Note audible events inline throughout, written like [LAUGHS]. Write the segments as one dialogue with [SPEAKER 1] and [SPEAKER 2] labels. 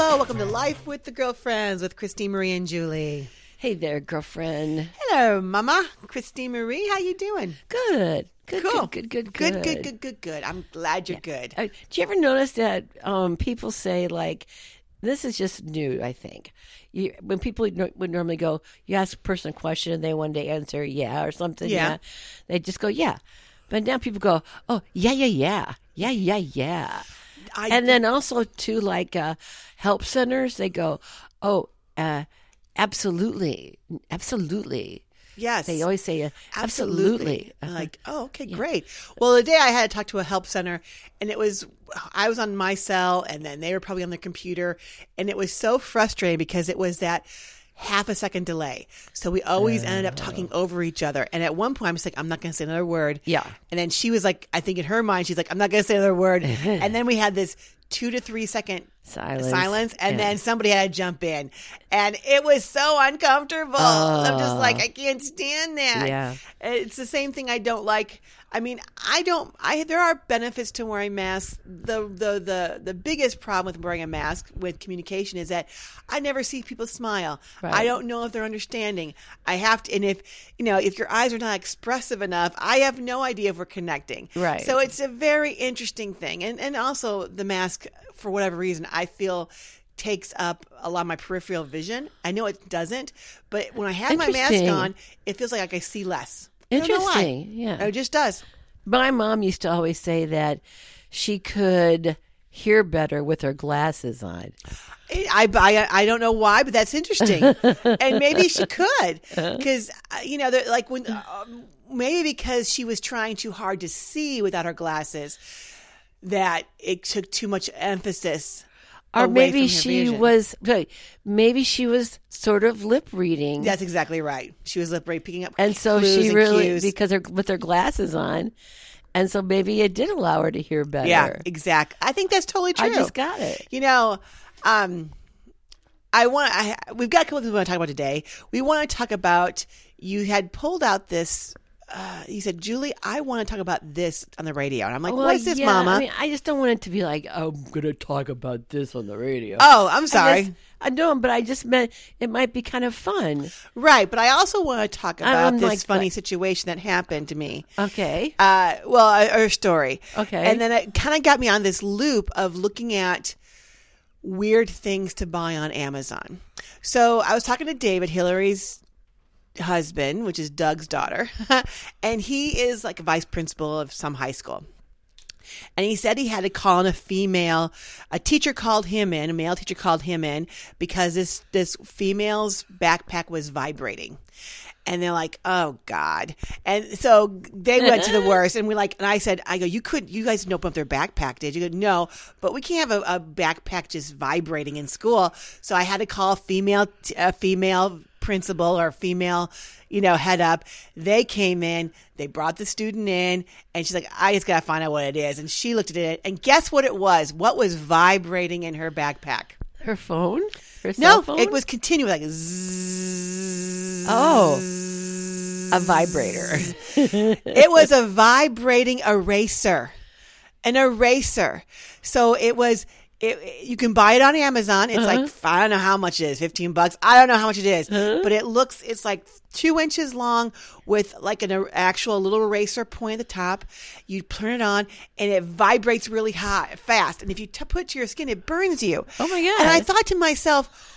[SPEAKER 1] Life with the Girlfriends with Christine Marie and Julie.
[SPEAKER 2] Hey there, girlfriend.
[SPEAKER 1] Hello, Mama. Christine Marie, how you doing?
[SPEAKER 2] Good. Good,
[SPEAKER 1] Cool.
[SPEAKER 2] good, good, good,
[SPEAKER 1] Good, good, good, good, good. I'm glad you're good.
[SPEAKER 2] Uh, do you ever notice that um, people say like, this is just new? I think you, when people no- would normally go, you ask a person a question and they wanted to answer yeah or something.
[SPEAKER 1] Yeah.
[SPEAKER 2] they just go yeah, but now people go, oh yeah, yeah, yeah, yeah, yeah, yeah,
[SPEAKER 1] I,
[SPEAKER 2] and then also too like uh, help centers, they go, oh, uh, absolutely, absolutely.
[SPEAKER 1] yes.
[SPEAKER 2] They always say uh,
[SPEAKER 1] Absolutely.
[SPEAKER 2] absolutely. Uh-huh.
[SPEAKER 1] I'm Like, oh, okay, great. Well, the day I had to talk to a help center, and it was, I was on my cell, and then they were probably on their computer, and it was so frustrating because it was that half a second delay. So we always ended up talking over each other. And at one point, I'm just like, I'm not going to say another word.
[SPEAKER 2] Oh. Yeah.
[SPEAKER 1] And then she was like, I think in her mind, she's like, I'm not going to say another
[SPEAKER 2] [LAUGHS]
[SPEAKER 1] word. and then we had this two to three second
[SPEAKER 2] Silence.
[SPEAKER 1] silence and
[SPEAKER 2] Yeah.
[SPEAKER 1] then somebody had to jump in and it was so uncomfortable i'm just like i can't stand that
[SPEAKER 2] Yeah.
[SPEAKER 1] Uh, it's the same thing i don't like i mean i don't i there are benefits to wearing masks the the the, the biggest problem with wearing a mask with communication is that i never see people smile i
[SPEAKER 2] Right.
[SPEAKER 1] don't know if they're understanding i have to and if you know if your eyes are not expressive enough i have no idea if we're connecting
[SPEAKER 2] Right.
[SPEAKER 1] so it's a very interesting thing. And and also the mask for whatever reason I feel takes up a lot of my peripheral vision. I know it doesn't, but when I have my mask
[SPEAKER 2] Interesting.
[SPEAKER 1] on, it feels like I see less. I don't know why.
[SPEAKER 2] Interesting, yeah.
[SPEAKER 1] It just does.
[SPEAKER 2] My mom used to always say that she could hear better with her glasses on.
[SPEAKER 1] I, I, I don't know why, but that's
[SPEAKER 2] [LAUGHS]
[SPEAKER 1] interesting. and maybe she could. Because, you know, they're like when, um, maybe because she was trying too hard to see without her glasses, that it took too much emphasis.
[SPEAKER 2] Or
[SPEAKER 1] away from
[SPEAKER 2] maybe
[SPEAKER 1] her
[SPEAKER 2] she
[SPEAKER 1] vision.
[SPEAKER 2] was wait, maybe she was sort of lip reading.
[SPEAKER 1] That's exactly right. She was lip read, picking up
[SPEAKER 2] and so
[SPEAKER 1] clues
[SPEAKER 2] she
[SPEAKER 1] and
[SPEAKER 2] really
[SPEAKER 1] cues.
[SPEAKER 2] because her with her glasses on. And so maybe it did allow her to hear better.
[SPEAKER 1] yeah, exactly. I think that's totally true.
[SPEAKER 2] I just got it.
[SPEAKER 1] you know, um, I want. I we've got a couple of things we want to talk about today. We want to talk about you had pulled out this. Uh, you said, Julie, I want to talk about this on the radio, and I'm like,
[SPEAKER 2] Well,
[SPEAKER 1] what is this,
[SPEAKER 2] yeah,
[SPEAKER 1] Mama?
[SPEAKER 2] I mean, I just don't want it to be like "Oh, I'm going to talk about this on the radio.
[SPEAKER 1] oh, I'm
[SPEAKER 2] I
[SPEAKER 1] sorry.
[SPEAKER 2] guess- I know, but I just meant it might be kind of fun.
[SPEAKER 1] right, but I also want to talk about
[SPEAKER 2] I'm
[SPEAKER 1] this
[SPEAKER 2] like,
[SPEAKER 1] funny
[SPEAKER 2] what?
[SPEAKER 1] situation that happened to me.
[SPEAKER 2] Okay.
[SPEAKER 1] uh, well, her story.
[SPEAKER 2] Okay.
[SPEAKER 1] And then it kind of got me on this loop of looking at weird things to buy on Amazon. So I was talking to David, Hillary's husband, which is Doug's daughter, [LAUGHS] and he is like a vice principal of some high school. And he said he had to call in a female, a teacher called him in, a male teacher called him in because this, this female's backpack was vibrating. And they're like, oh God. And so they went to the worst. And we like, and I said, I go, you couldn't, you guys didn't open up their backpack, did you? He Go, no, but we can't have a, a backpack just vibrating in school. So I had to call a female, t- a female principal or female, you know, head up. They came in, they brought the student in, and she's like, I just gotta find out what it is. And she looked at it, and guess what it was? What was vibrating in her backpack?
[SPEAKER 2] Her phone? Her
[SPEAKER 1] No,
[SPEAKER 2] cell phone?
[SPEAKER 1] it was continuous, like zzzz.
[SPEAKER 2] Oh, a vibrator.
[SPEAKER 1] [LAUGHS] it was a vibrating eraser, an eraser. So it was. It, you can buy it on Amazon. It's
[SPEAKER 2] Uh-huh.
[SPEAKER 1] like I don't know how much it is, fifteen bucks. I don't know how much it is. but it looks. It's like two inches long with like an er- actual little eraser point at the top. You turn it on and it vibrates really hot, fast. And if you t- put it to your skin, it burns you.
[SPEAKER 2] Oh, my
[SPEAKER 1] And I
[SPEAKER 2] God.
[SPEAKER 1] thought to myself,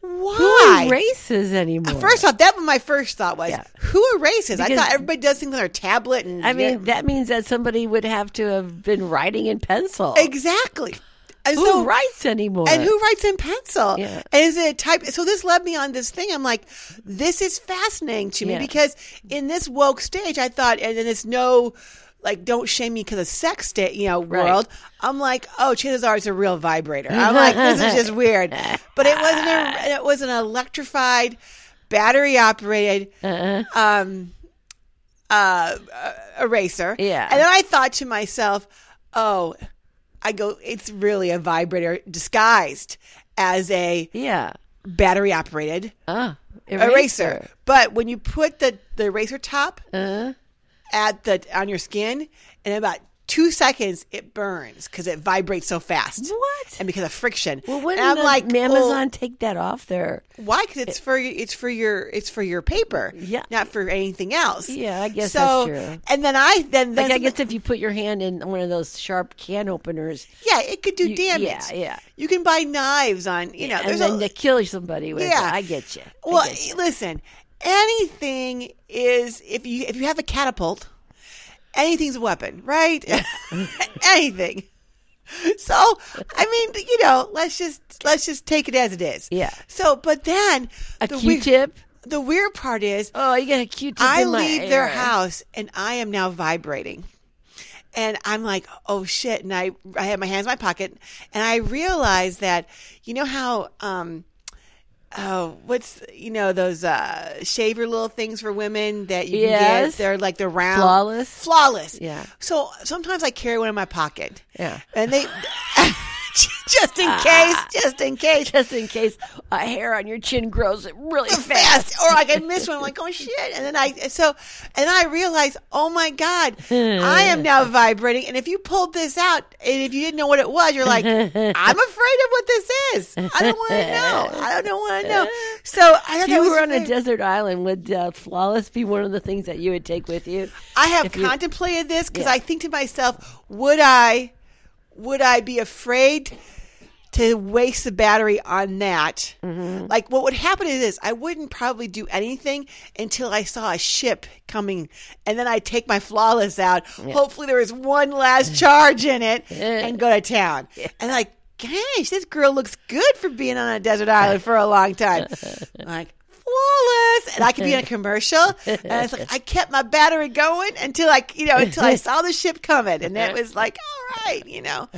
[SPEAKER 1] why?
[SPEAKER 2] Who erases anymore?
[SPEAKER 1] First off, that was my first thought was
[SPEAKER 2] Yeah.
[SPEAKER 1] who erases? I
[SPEAKER 2] Because-
[SPEAKER 1] thought everybody does things on their tablet and
[SPEAKER 2] I mean, that means that somebody would have to have been writing in pencil.
[SPEAKER 1] exactly. And
[SPEAKER 2] who
[SPEAKER 1] so
[SPEAKER 2] writes anymore?
[SPEAKER 1] and who writes in pencil?
[SPEAKER 2] Yeah.
[SPEAKER 1] And is it type? So this led me on this thing. I'm like, this is fascinating to me
[SPEAKER 2] Yeah.
[SPEAKER 1] because in this woke stage, I thought, and then it's no. Like, don't shame me because of sex, sta- you know,
[SPEAKER 2] Right.
[SPEAKER 1] world. I'm like, oh, chances are it's a real vibrator. I'm like, this is
[SPEAKER 2] [LAUGHS]
[SPEAKER 1] just weird. But it wasn't. A, it was an electrified, battery operated, um, uh, eraser.
[SPEAKER 2] Yeah.
[SPEAKER 1] And then I thought to myself, oh, I go, it's really a vibrator disguised as a
[SPEAKER 2] Yeah.
[SPEAKER 1] battery operated
[SPEAKER 2] Ah, eraser. Uh-huh.
[SPEAKER 1] eraser. But
[SPEAKER 2] Uh.
[SPEAKER 1] when you put the, the eraser top at the on your skin and about two seconds, it burns because it vibrates so fast.
[SPEAKER 2] What?
[SPEAKER 1] And because of friction.
[SPEAKER 2] Well,
[SPEAKER 1] and
[SPEAKER 2] wouldn't
[SPEAKER 1] I'm
[SPEAKER 2] the
[SPEAKER 1] like,
[SPEAKER 2] Amazon
[SPEAKER 1] well,
[SPEAKER 2] take that off there?
[SPEAKER 1] why? Because it's for it's for your it's for your paper,
[SPEAKER 2] Yeah.
[SPEAKER 1] not for anything else.
[SPEAKER 2] Yeah, I guess
[SPEAKER 1] so.
[SPEAKER 2] that's true.
[SPEAKER 1] And then I then then
[SPEAKER 2] Like I guess if you put your hand in one of those sharp can openers,
[SPEAKER 1] yeah, it could do
[SPEAKER 2] You-
[SPEAKER 1] damage.
[SPEAKER 2] yeah, yeah.
[SPEAKER 1] You can buy knives on you know.
[SPEAKER 2] and
[SPEAKER 1] there's
[SPEAKER 2] then
[SPEAKER 1] a,
[SPEAKER 2] to kill somebody with
[SPEAKER 1] Yeah.
[SPEAKER 2] it, I get you. I
[SPEAKER 1] Well,
[SPEAKER 2] get you.
[SPEAKER 1] listen, anything is if you if you have a catapult, anything's a weapon, right? [LAUGHS] anything. So, I mean, you know, let's just let's just take it as it is.
[SPEAKER 2] Yeah.
[SPEAKER 1] So, but then
[SPEAKER 2] a
[SPEAKER 1] the Weird,
[SPEAKER 2] Q-tip.
[SPEAKER 1] the weird part is
[SPEAKER 2] Oh, you got a Q-tip.
[SPEAKER 1] I
[SPEAKER 2] in my
[SPEAKER 1] leave their
[SPEAKER 2] ear.
[SPEAKER 1] house and I am now vibrating. And I'm like, oh shit. And I, I had my hands in my pocket and I realized that, you know how, um, oh, what's, you know, those, uh, shaver little things for women that you can
[SPEAKER 2] Yes.
[SPEAKER 1] get? They're like the round.
[SPEAKER 2] Flawless?
[SPEAKER 1] Flawless.
[SPEAKER 2] Yeah.
[SPEAKER 1] So sometimes I carry one in my pocket.
[SPEAKER 2] Yeah. Ah.
[SPEAKER 1] And they, [LAUGHS] just in case, just in case
[SPEAKER 2] just in case a hair on your chin grows
[SPEAKER 1] [LAUGHS]
[SPEAKER 2] really fast.
[SPEAKER 1] fast, or like I miss one. I'm like, oh shit! And then I so, and I realize, oh my god, I
[SPEAKER 2] [LAUGHS]
[SPEAKER 1] am now vibrating. And if you pulled this out, and if you didn't know what it was, you're like,
[SPEAKER 2] [LAUGHS]
[SPEAKER 1] I'm afraid of what this is. I don't want to know. I don't want to
[SPEAKER 2] [LAUGHS]
[SPEAKER 1] know. So I thought
[SPEAKER 2] If
[SPEAKER 1] that
[SPEAKER 2] you
[SPEAKER 1] was
[SPEAKER 2] were on a
[SPEAKER 1] very-
[SPEAKER 2] desert island, would uh, flawless be one of the things that you would take with you?
[SPEAKER 1] I have
[SPEAKER 2] if you-
[SPEAKER 1] contemplated this because
[SPEAKER 2] Yeah.
[SPEAKER 1] I think to myself, would I, would I be afraid to waste the battery on that?
[SPEAKER 2] Mm-hmm.
[SPEAKER 1] Like, what would happen is this: I wouldn't probably do anything until I saw a ship coming, and then I would take my flawless out. Hopefully, there was one
[SPEAKER 2] [LAUGHS]
[SPEAKER 1] last charge in it, and go to town. And like, gosh, this girl looks good for being on a desert
[SPEAKER 2] [LAUGHS]
[SPEAKER 1] island for a long time. I'm like flawless and i could be in
[SPEAKER 2] [LAUGHS]
[SPEAKER 1] a commercial and it's like i kept my battery going until i you know until i saw the ship coming and it was like all right you know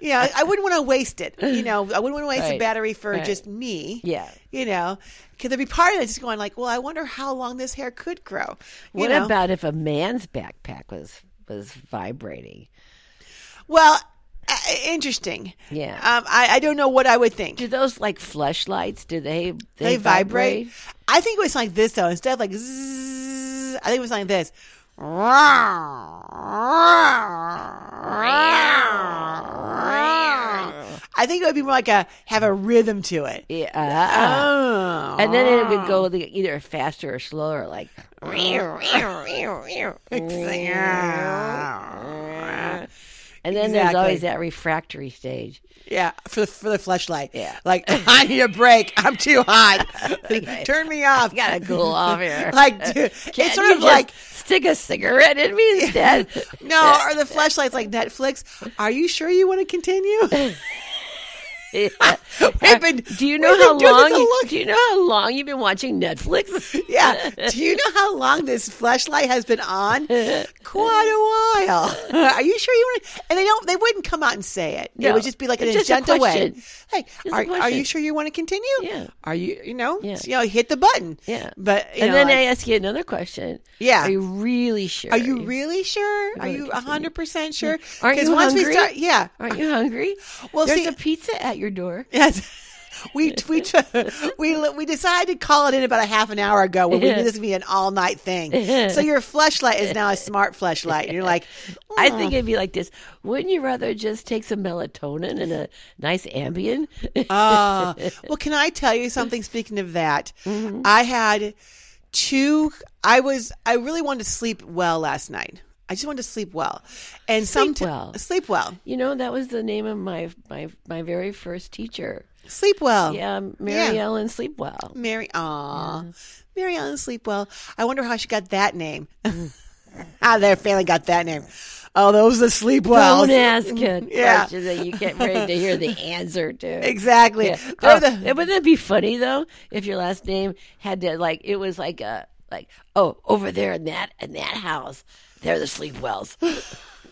[SPEAKER 1] yeah i wouldn't want to waste it you know i wouldn't want to waste the
[SPEAKER 2] Right.
[SPEAKER 1] battery for
[SPEAKER 2] Right.
[SPEAKER 1] just me
[SPEAKER 2] Yeah.
[SPEAKER 1] you know because there'd be part of it just going like well i wonder how long this hair could grow you
[SPEAKER 2] What
[SPEAKER 1] know?
[SPEAKER 2] about if a man's backpack was was vibrating?
[SPEAKER 1] well I- interesting
[SPEAKER 2] Yeah.
[SPEAKER 1] um I, I don't know what i would think
[SPEAKER 2] Do those like flashlights? Do they
[SPEAKER 1] they
[SPEAKER 2] they,
[SPEAKER 1] vibrate. I think it was like this though. Instead of like, zzz, I think it was like this. I think it would be more like a have a rhythm to it. Oh.
[SPEAKER 2] Yeah. uh, and then it would go the, either faster or slower, like. And then there's
[SPEAKER 1] Exactly.
[SPEAKER 2] always that refractory stage.
[SPEAKER 1] Yeah, for the for the flashlight.
[SPEAKER 2] Yeah.
[SPEAKER 1] like
[SPEAKER 2] [LAUGHS]
[SPEAKER 1] I need a break. I'm too hot. [LAUGHS] Turn me off. [LAUGHS]
[SPEAKER 2] Gotta [LAUGHS] cool off here.
[SPEAKER 1] Like dude,
[SPEAKER 2] Can't
[SPEAKER 1] it's sort
[SPEAKER 2] you
[SPEAKER 1] of
[SPEAKER 2] just
[SPEAKER 1] like
[SPEAKER 2] stick a cigarette in me instead.
[SPEAKER 1] [LAUGHS] No, or the flashlights like Netflix. Are you sure you want to continue? We've been-
[SPEAKER 2] do you know
[SPEAKER 1] we've been
[SPEAKER 2] how
[SPEAKER 1] doing this a
[SPEAKER 2] long? you- Do you know how long you've been watching Netflix?
[SPEAKER 1] [LAUGHS] Yeah. Do you know how long this flashlight has been on? Quite a while. [LAUGHS] Are you sure you want to? And they don't. They wouldn't come out and say it. It
[SPEAKER 2] No.
[SPEAKER 1] would just be like an
[SPEAKER 2] It's just a
[SPEAKER 1] agenda way.
[SPEAKER 2] question.
[SPEAKER 1] Like,
[SPEAKER 2] a
[SPEAKER 1] are, are you
[SPEAKER 2] question.
[SPEAKER 1] sure you want to continue?
[SPEAKER 2] Yeah.
[SPEAKER 1] Are you? You know.
[SPEAKER 2] Yeah.
[SPEAKER 1] You know. Hit the button.
[SPEAKER 2] Yeah.
[SPEAKER 1] But you
[SPEAKER 2] and
[SPEAKER 1] know,
[SPEAKER 2] then
[SPEAKER 1] like,
[SPEAKER 2] I ask you another question.
[SPEAKER 1] Yeah.
[SPEAKER 2] Are you really sure?
[SPEAKER 1] are you really sure? Are
[SPEAKER 2] wanna
[SPEAKER 1] you
[SPEAKER 2] continue?
[SPEAKER 1] hundred percent sure?
[SPEAKER 2] Aren't
[SPEAKER 1] 'Cause
[SPEAKER 2] you
[SPEAKER 1] once we
[SPEAKER 2] hungry?
[SPEAKER 1] start, yeah.
[SPEAKER 2] Aren't you hungry?
[SPEAKER 1] Well,
[SPEAKER 2] there's
[SPEAKER 1] see-
[SPEAKER 2] a pizza at your door.
[SPEAKER 1] Yes. [LAUGHS] We we we we decided to call it in about a half an hour ago when we knew this would be an all night thing. So your flashlight is now a smart flashlight. You're like,
[SPEAKER 2] [LAUGHS] I think it'd be like this. Wouldn't you rather just take some melatonin and a nice Ambien? [LAUGHS]
[SPEAKER 1] oh. well, can I tell you something? Speaking of that,
[SPEAKER 2] Mm-hmm.
[SPEAKER 1] I had two. I was I really wanted to sleep well last night. I just wanted to sleep well, and
[SPEAKER 2] Sleep
[SPEAKER 1] someti-
[SPEAKER 2] well.
[SPEAKER 1] sleep well,
[SPEAKER 2] you know, that was the name of my my my very first teacher.
[SPEAKER 1] sleep well.
[SPEAKER 2] Yeah, Mary
[SPEAKER 1] Yeah.
[SPEAKER 2] Ellen Sleepwell.
[SPEAKER 1] Mary, aw, Mary Ellen Sleepwell. I wonder how she got that name. [LAUGHS] how their family got that name. Oh, those are Sleepwells.
[SPEAKER 2] Don't ask a
[SPEAKER 1] [LAUGHS] Yeah.
[SPEAKER 2] question that you get ready to hear the answer to.
[SPEAKER 1] [LAUGHS] Exactly.
[SPEAKER 2] Yeah.
[SPEAKER 1] They're
[SPEAKER 2] Oh,
[SPEAKER 1] the-
[SPEAKER 2] wouldn't that be funny though if your last name had to like it was like a like oh over there in that in that house they're the sleep wells. [LAUGHS]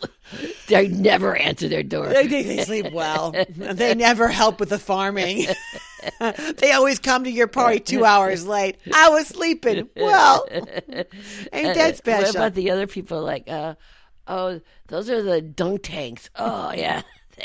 [SPEAKER 2] they never answer their
[SPEAKER 1] [LAUGHS]
[SPEAKER 2] door.
[SPEAKER 1] they, they, they sleep well.
[SPEAKER 2] [LAUGHS]
[SPEAKER 1] they never help with the farming. they always come to your party two hours late. I was sleeping. Well, ain't that
[SPEAKER 2] uh, What
[SPEAKER 1] special?
[SPEAKER 2] about the other people? Like, uh, oh, those are the dunk tanks. Oh yeah, [LAUGHS]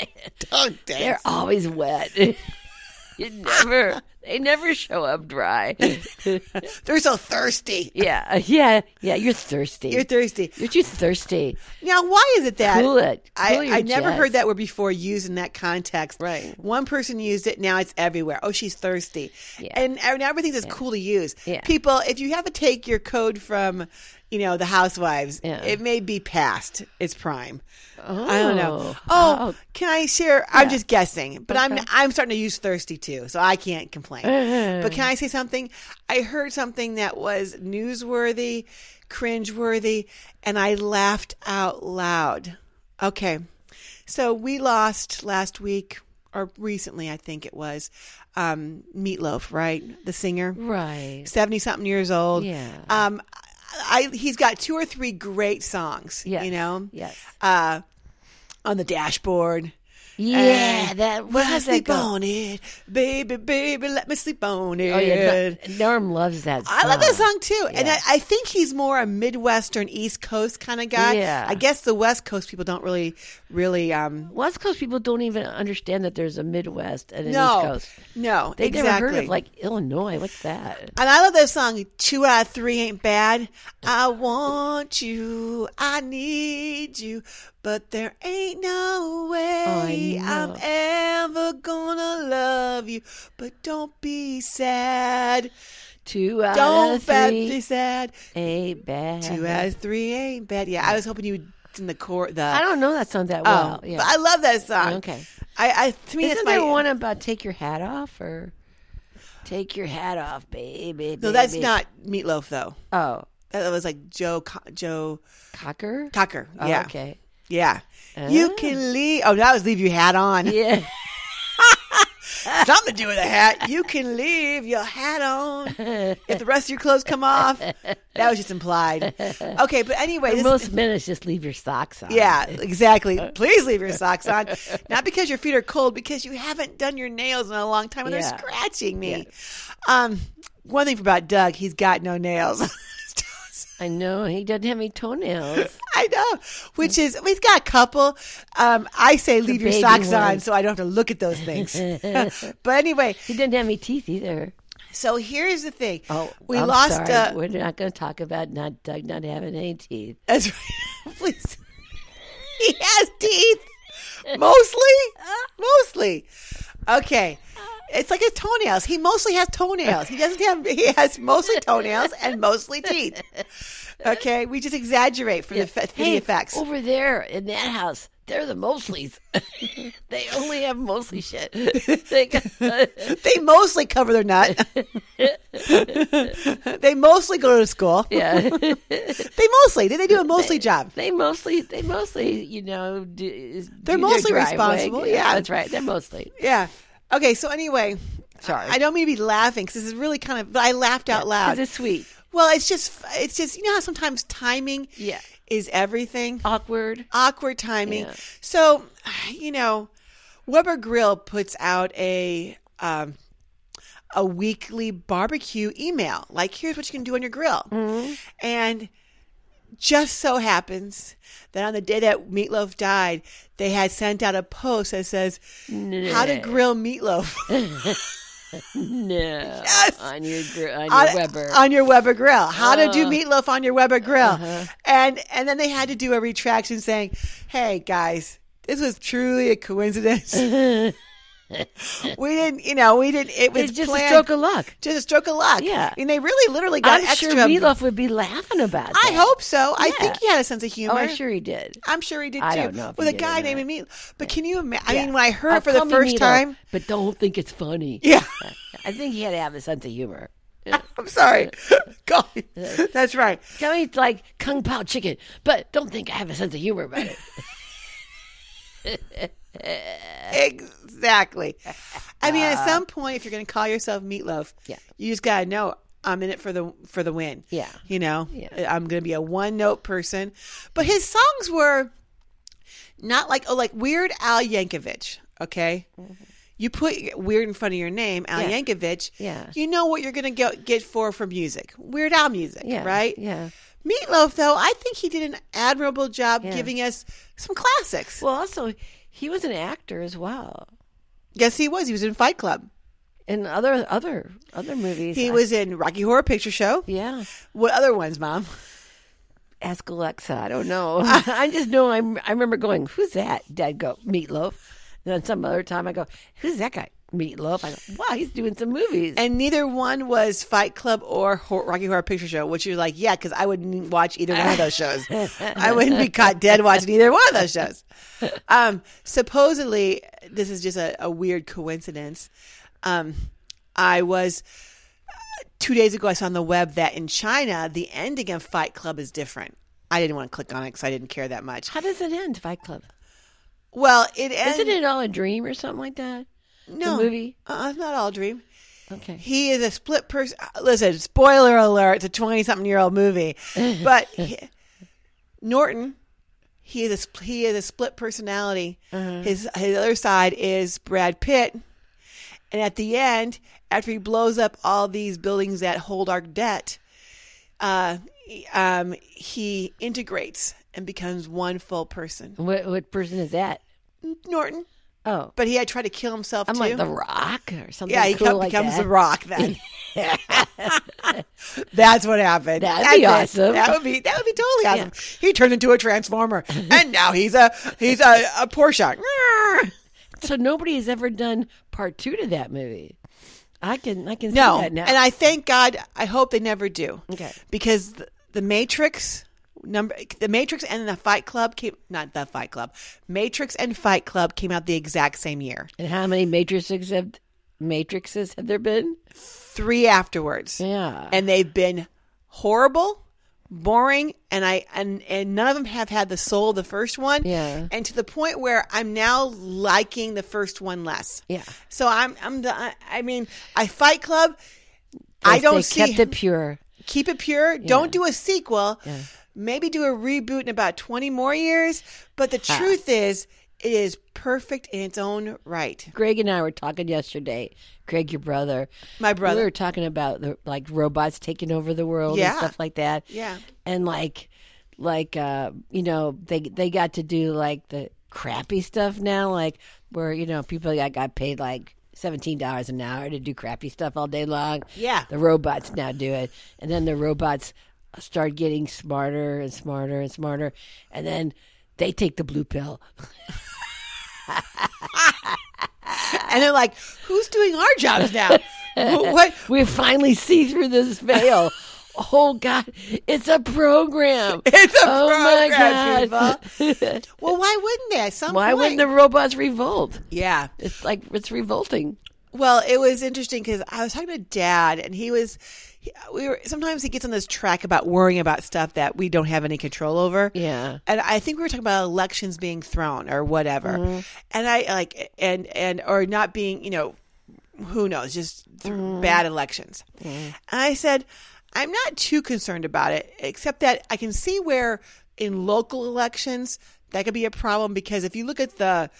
[SPEAKER 1] Oh, damn.
[SPEAKER 2] they're always wet. [LAUGHS] you never, They never show up dry. [LAUGHS]
[SPEAKER 1] They're so thirsty.
[SPEAKER 2] yeah, uh, yeah, yeah. You're thirsty.
[SPEAKER 1] You're
[SPEAKER 2] You're,
[SPEAKER 1] thirsty.
[SPEAKER 2] too thirsty.
[SPEAKER 1] Now, why is it that?
[SPEAKER 2] Cool it.
[SPEAKER 1] I,
[SPEAKER 2] Cool your
[SPEAKER 1] I never
[SPEAKER 2] jets.
[SPEAKER 1] heard that word before used in that context.
[SPEAKER 2] Right.
[SPEAKER 1] One person used it. Now it's everywhere. Oh, she's thirsty.
[SPEAKER 2] Yeah.
[SPEAKER 1] And, and everything's just cool to use.
[SPEAKER 2] Yeah.
[SPEAKER 1] People, if you have to take your code from, you know, the housewives,
[SPEAKER 2] Yeah.
[SPEAKER 1] it may be past its prime.
[SPEAKER 2] Oh,
[SPEAKER 1] I don't know. Oh,
[SPEAKER 2] wow.
[SPEAKER 1] can I share? I'm just guessing, but I'm
[SPEAKER 2] Okay.
[SPEAKER 1] I'm starting to use thirsty too, so I can't complain. but can I say something? I heard something that was newsworthy, cringeworthy, and I laughed out loud. Okay, so we lost last week or recently, I think it was, um, Meatloaf, right? The singer,
[SPEAKER 2] right.
[SPEAKER 1] seventy something years old.
[SPEAKER 2] Yeah.
[SPEAKER 1] Um, I, I he's got two or three great songs.
[SPEAKER 2] Yes.
[SPEAKER 1] You know
[SPEAKER 2] Yes.
[SPEAKER 1] uh, on the dashboard.
[SPEAKER 2] Yeah.
[SPEAKER 1] And
[SPEAKER 2] that.
[SPEAKER 1] Well,
[SPEAKER 2] What
[SPEAKER 1] I
[SPEAKER 2] does that
[SPEAKER 1] sleep
[SPEAKER 2] go?
[SPEAKER 1] on it, baby, baby. Let me sleep on it.
[SPEAKER 2] Oh yeah. Nor- Norm loves that. Song.
[SPEAKER 1] I love that song too, and I,
[SPEAKER 2] Yes.
[SPEAKER 1] I think he's more a Midwestern East Coast kind of guy.
[SPEAKER 2] Yeah.
[SPEAKER 1] I guess the West Coast people don't really, really. Um,
[SPEAKER 2] West Coast people don't even understand that there's a Midwest and an East
[SPEAKER 1] no,
[SPEAKER 2] Coast.
[SPEAKER 1] no,
[SPEAKER 2] They
[SPEAKER 1] exactly.
[SPEAKER 2] never heard of like Illinois. What's that?
[SPEAKER 1] And I love that song, Two Out of Three Ain't Bad. I want you, I need you, but there ain't no way
[SPEAKER 2] Oh, I
[SPEAKER 1] I'm
[SPEAKER 2] know.
[SPEAKER 1] ever gonna love you. But don't be sad.
[SPEAKER 2] Two out
[SPEAKER 1] Don't
[SPEAKER 2] of
[SPEAKER 1] bad-
[SPEAKER 2] three.
[SPEAKER 1] be sad.
[SPEAKER 2] ain't bad.
[SPEAKER 1] Two out of three ain't bad. Yeah, I was hoping you would in the court. The
[SPEAKER 2] I don't know that song that
[SPEAKER 1] oh,
[SPEAKER 2] well.
[SPEAKER 1] but
[SPEAKER 2] yeah.
[SPEAKER 1] I love that song.
[SPEAKER 2] okay.
[SPEAKER 1] I, I to me
[SPEAKER 2] Isn't
[SPEAKER 1] that's my
[SPEAKER 2] there one about take your hat off or take your hat off, baby?
[SPEAKER 1] no. That's
[SPEAKER 2] baby"?
[SPEAKER 1] not Meatloaf though.
[SPEAKER 2] Oh,
[SPEAKER 1] That was like Joe Co- Joe
[SPEAKER 2] Cocker.
[SPEAKER 1] Cocker.
[SPEAKER 2] Oh,
[SPEAKER 1] yeah.
[SPEAKER 2] Okay.
[SPEAKER 1] Yeah. You
[SPEAKER 2] Oh.
[SPEAKER 1] can leave. Oh, that was leave your hat on.
[SPEAKER 2] Yeah.
[SPEAKER 1] [LAUGHS] Something to do with a hat. You can leave your hat
[SPEAKER 2] [LAUGHS]
[SPEAKER 1] on. If the rest of your clothes come off, that was just implied. Okay, but anyway, [LAUGHS] this-
[SPEAKER 2] Most men is just leave your socks on.
[SPEAKER 1] yeah, exactly.
[SPEAKER 2] [LAUGHS]
[SPEAKER 1] Please leave your socks on. Not because your feet are cold, because you haven't done your nails in a long time and they're
[SPEAKER 2] Yeah.
[SPEAKER 1] scratching me. Um, one thing about Doug, he's got no nails. [LAUGHS]
[SPEAKER 2] I know. He doesn't have any toenails.
[SPEAKER 1] I know, which is we've got a couple. Um, I say leave your
[SPEAKER 2] baby
[SPEAKER 1] socks on
[SPEAKER 2] ones.
[SPEAKER 1] so I don't have to look at those things. [LAUGHS] but anyway,
[SPEAKER 2] He doesn't have any teeth either.
[SPEAKER 1] so here's the thing.
[SPEAKER 2] Oh,
[SPEAKER 1] we
[SPEAKER 2] I'm
[SPEAKER 1] lost.
[SPEAKER 2] sorry.
[SPEAKER 1] Uh,
[SPEAKER 2] We're not going to talk about not Doug not having any teeth.
[SPEAKER 1] That's right. [LAUGHS] Please. He has teeth. Mostly. Mostly. Okay. It's like his toenails. He mostly has toenails. He doesn't have, he has mostly toenails and mostly
[SPEAKER 2] [LAUGHS]
[SPEAKER 1] teeth. Okay. We just exaggerate for the, fe- for the
[SPEAKER 2] Hey,
[SPEAKER 1] effects.
[SPEAKER 2] over there in that house, they're the mostlies. [LAUGHS] they only have mostly shit. [LAUGHS] They got- [LAUGHS]
[SPEAKER 1] They mostly cover their nut. they mostly go to school.
[SPEAKER 2] yeah, [LAUGHS]
[SPEAKER 1] They mostly, they, they do a mostly job.
[SPEAKER 2] they mostly, they mostly, you know, do,
[SPEAKER 1] They're
[SPEAKER 2] do their
[SPEAKER 1] mostly
[SPEAKER 2] driveway.
[SPEAKER 1] responsible, yeah.
[SPEAKER 2] that's right. They're mostly.
[SPEAKER 1] Yeah. Okay. So anyway,
[SPEAKER 2] Sorry.
[SPEAKER 1] I don't mean to be laughing because this is really kind of, but I laughed out loud.
[SPEAKER 2] 'Cause It's sweet,
[SPEAKER 1] Well, it's just it's just you know how sometimes timing
[SPEAKER 2] Yeah.
[SPEAKER 1] is everything.
[SPEAKER 2] awkward.
[SPEAKER 1] Awkward timing.
[SPEAKER 2] Yeah.
[SPEAKER 1] So, you know, Weber Grill puts out a um a weekly barbecue email. Like, here's what you can do on your grill. And just so happens that on the day that Meatloaf died, they had sent out a post that says,
[SPEAKER 2] [LAUGHS]
[SPEAKER 1] How to grill meatloaf
[SPEAKER 2] No, on your gr- on your
[SPEAKER 1] on,
[SPEAKER 2] Weber. Uh.
[SPEAKER 1] on your Weber grill. How to do meatloaf on your Weber grill.
[SPEAKER 2] Uh-huh.
[SPEAKER 1] And and then they had to do a retraction saying, "Hey guys, this was truly a
[SPEAKER 2] [LAUGHS]
[SPEAKER 1] coincidence. we didn't, you know, we didn't. It was
[SPEAKER 2] it's just
[SPEAKER 1] planned,
[SPEAKER 2] a stroke of luck.
[SPEAKER 1] just a stroke of luck.
[SPEAKER 2] Yeah.
[SPEAKER 1] and they really literally got
[SPEAKER 2] I'm
[SPEAKER 1] extra.
[SPEAKER 2] sure Meatloaf would be laughing about.
[SPEAKER 1] I
[SPEAKER 2] that.
[SPEAKER 1] hope so. I think he had a sense of humor.
[SPEAKER 2] Oh, I'm sure he did.
[SPEAKER 1] I'm sure he did too.
[SPEAKER 2] I don't know if
[SPEAKER 1] With
[SPEAKER 2] he
[SPEAKER 1] a
[SPEAKER 2] did or
[SPEAKER 1] guy
[SPEAKER 2] not.
[SPEAKER 1] named Meatloaf. But can you imagine? I
[SPEAKER 2] Yeah.
[SPEAKER 1] mean, when I heard
[SPEAKER 2] I'll
[SPEAKER 1] it for the
[SPEAKER 2] Oh, call me
[SPEAKER 1] first
[SPEAKER 2] Meatloaf,
[SPEAKER 1] time, [LAUGHS]
[SPEAKER 2] But don't think it's funny.
[SPEAKER 1] yeah.
[SPEAKER 2] I think he had to have a sense of humor.
[SPEAKER 1] I'm
[SPEAKER 2] [LAUGHS]
[SPEAKER 1] sorry. [LAUGHS] God, that's right.
[SPEAKER 2] Don't eat like kung pao chicken, but don't think I have a sense of
[SPEAKER 1] [LAUGHS]
[SPEAKER 2] humor about it.
[SPEAKER 1] Exactly. I mean, at some point, if you're going to call yourself meatloaf,
[SPEAKER 2] Uh, Yeah.
[SPEAKER 1] you just got to know I'm in it for the for the win.
[SPEAKER 2] Yeah.
[SPEAKER 1] you know,
[SPEAKER 2] Yeah.
[SPEAKER 1] I'm going to be a one note person. But his songs were not like oh, like Weird Al Yankovic. Okay, you put Weird in front of your name, Al
[SPEAKER 2] Mm-hmm. Yeah.
[SPEAKER 1] Yankovic.
[SPEAKER 2] Yeah.
[SPEAKER 1] you know what you're going to get get for from music, Weird Al music,
[SPEAKER 2] Yeah.
[SPEAKER 1] right?
[SPEAKER 2] Yeah.
[SPEAKER 1] Meatloaf, though, I think he did an admirable job
[SPEAKER 2] Yeah.
[SPEAKER 1] giving us some classics.
[SPEAKER 2] Well, also, he was an actor as well.
[SPEAKER 1] yes, he was. He was in Fight Club.
[SPEAKER 2] and other other other movies.
[SPEAKER 1] He
[SPEAKER 2] I-
[SPEAKER 1] was in Rocky Horror Picture Show.
[SPEAKER 2] yeah.
[SPEAKER 1] What other ones, Mom?
[SPEAKER 2] Ask Alexa. I don't
[SPEAKER 1] [LAUGHS]
[SPEAKER 2] know.
[SPEAKER 1] Ah.
[SPEAKER 2] [LAUGHS] I just know I'm. I remember going, "Who's that?" Dad go meatloaf. And then some other time I go, "Who's that guy?" Meatloaf. I go, "Wow, he's doing some movies."
[SPEAKER 1] And neither one was Fight Club or Hor- Rocky Horror Picture Show, which you're like, yeah, because I wouldn't watch either one of those shows. I wouldn't be caught dead watching either one of those shows. Um, supposedly, this is just a, a weird coincidence. Um, I was uh, two days ago, I saw on the web that in China, the ending of Fight Club is different. I didn't want to click on it because I didn't care that much.
[SPEAKER 2] How does it end? Fight Club.
[SPEAKER 1] Well, it ends.
[SPEAKER 2] Isn't it all a dream or something like that?
[SPEAKER 1] no,
[SPEAKER 2] movie?
[SPEAKER 1] Uh, it's not all a dream.
[SPEAKER 2] Okay.
[SPEAKER 1] He is a split person. Listen, spoiler alert, it's a 20 something year old
[SPEAKER 2] [LAUGHS]
[SPEAKER 1] movie. But he- Norton, he is a, sp- he is a split personality.
[SPEAKER 2] Uh-huh.
[SPEAKER 1] His, his other side is Brad Pitt. And at the end, after he blows up all these buildings that hold our debt, uh, he- um, he integrates and becomes one full person.
[SPEAKER 2] What what person is that?
[SPEAKER 1] Norton,
[SPEAKER 2] Oh,
[SPEAKER 1] but he had tried to kill himself
[SPEAKER 2] I'm
[SPEAKER 1] too.
[SPEAKER 2] like The Rock or something.
[SPEAKER 1] Yeah, he
[SPEAKER 2] cool
[SPEAKER 1] come-
[SPEAKER 2] like
[SPEAKER 1] becomes
[SPEAKER 2] that.
[SPEAKER 1] the rock
[SPEAKER 2] [LAUGHS]
[SPEAKER 1] then. [LAUGHS] That's what happened.
[SPEAKER 2] That'd
[SPEAKER 1] That's
[SPEAKER 2] be
[SPEAKER 1] it.
[SPEAKER 2] awesome.
[SPEAKER 1] That would be that would be totally awesome. He turned into a
[SPEAKER 2] [LAUGHS]
[SPEAKER 1] transformer, and now he's a he's a, a Porsche.
[SPEAKER 2] So nobody has ever done part two to that movie. I can I can
[SPEAKER 1] No,
[SPEAKER 2] see that now.
[SPEAKER 1] and I thank God. I hope they never do.
[SPEAKER 2] Okay.
[SPEAKER 1] because the, the Matrix number, the Matrix and the Fight Club came not the Fight Club, Matrix and Fight Club came out the exact same year.
[SPEAKER 2] and how many matrices have matrices have there been?
[SPEAKER 1] Three afterwards.
[SPEAKER 2] Yeah.
[SPEAKER 1] and they've been horrible, boring, and I and and none of them have had the soul of the first one.
[SPEAKER 2] Yeah.
[SPEAKER 1] and to the point where I'm now liking the first one less.
[SPEAKER 2] Yeah.
[SPEAKER 1] So I'm I'm the I- I mean I Fight Club. I
[SPEAKER 2] Yes,
[SPEAKER 1] don't
[SPEAKER 2] they
[SPEAKER 1] see
[SPEAKER 2] kept it pure.
[SPEAKER 1] keep it pure. Don't do a sequel. Maybe do a reboot in about 20 more years. But the
[SPEAKER 2] Ah.
[SPEAKER 1] truth is, it is perfect in its own right.
[SPEAKER 2] Greg and I were talking yesterday. Greg, your brother,
[SPEAKER 1] My
[SPEAKER 2] We
[SPEAKER 1] brother.
[SPEAKER 2] were talking about the, like robots taking over the world and
[SPEAKER 1] Yeah.
[SPEAKER 2] stuff like that.
[SPEAKER 1] Yeah.
[SPEAKER 2] and like, like uh, you know, they they got to do like the crappy stuff now, like where you know people got got paid like seventeen dollars an hour to do crappy stuff all day long.
[SPEAKER 1] Yeah.
[SPEAKER 2] the robots now do it, and then the robots start getting smarter and smarter and smarter, and then they take the blue pill.
[SPEAKER 1] And they're like, who's doing our jobs
[SPEAKER 2] [LAUGHS]
[SPEAKER 1] now? Wh- what?
[SPEAKER 2] We finally see through this veil. oh God, it's a program.
[SPEAKER 1] [LAUGHS] It's a
[SPEAKER 2] oh
[SPEAKER 1] program,
[SPEAKER 2] my God.
[SPEAKER 1] Well, why wouldn't they? At some
[SPEAKER 2] [LAUGHS] Why
[SPEAKER 1] point-
[SPEAKER 2] wouldn't the robots revolt?
[SPEAKER 1] Yeah.
[SPEAKER 2] It's like it's revolting.
[SPEAKER 1] Well, it was interesting because I was talking to Dad, and he was. He, we were sometimes he gets on this track about worrying about stuff that we don't have any control over.
[SPEAKER 2] Yeah.
[SPEAKER 1] and I think we were talking about elections being thrown or whatever,
[SPEAKER 2] Mm-hmm.
[SPEAKER 1] and I like and and or not being you know who knows just th-
[SPEAKER 2] Mm-hmm.
[SPEAKER 1] bad elections. And I said I'm not too concerned about it, except that I can see where in local elections that could be a problem because if you look at the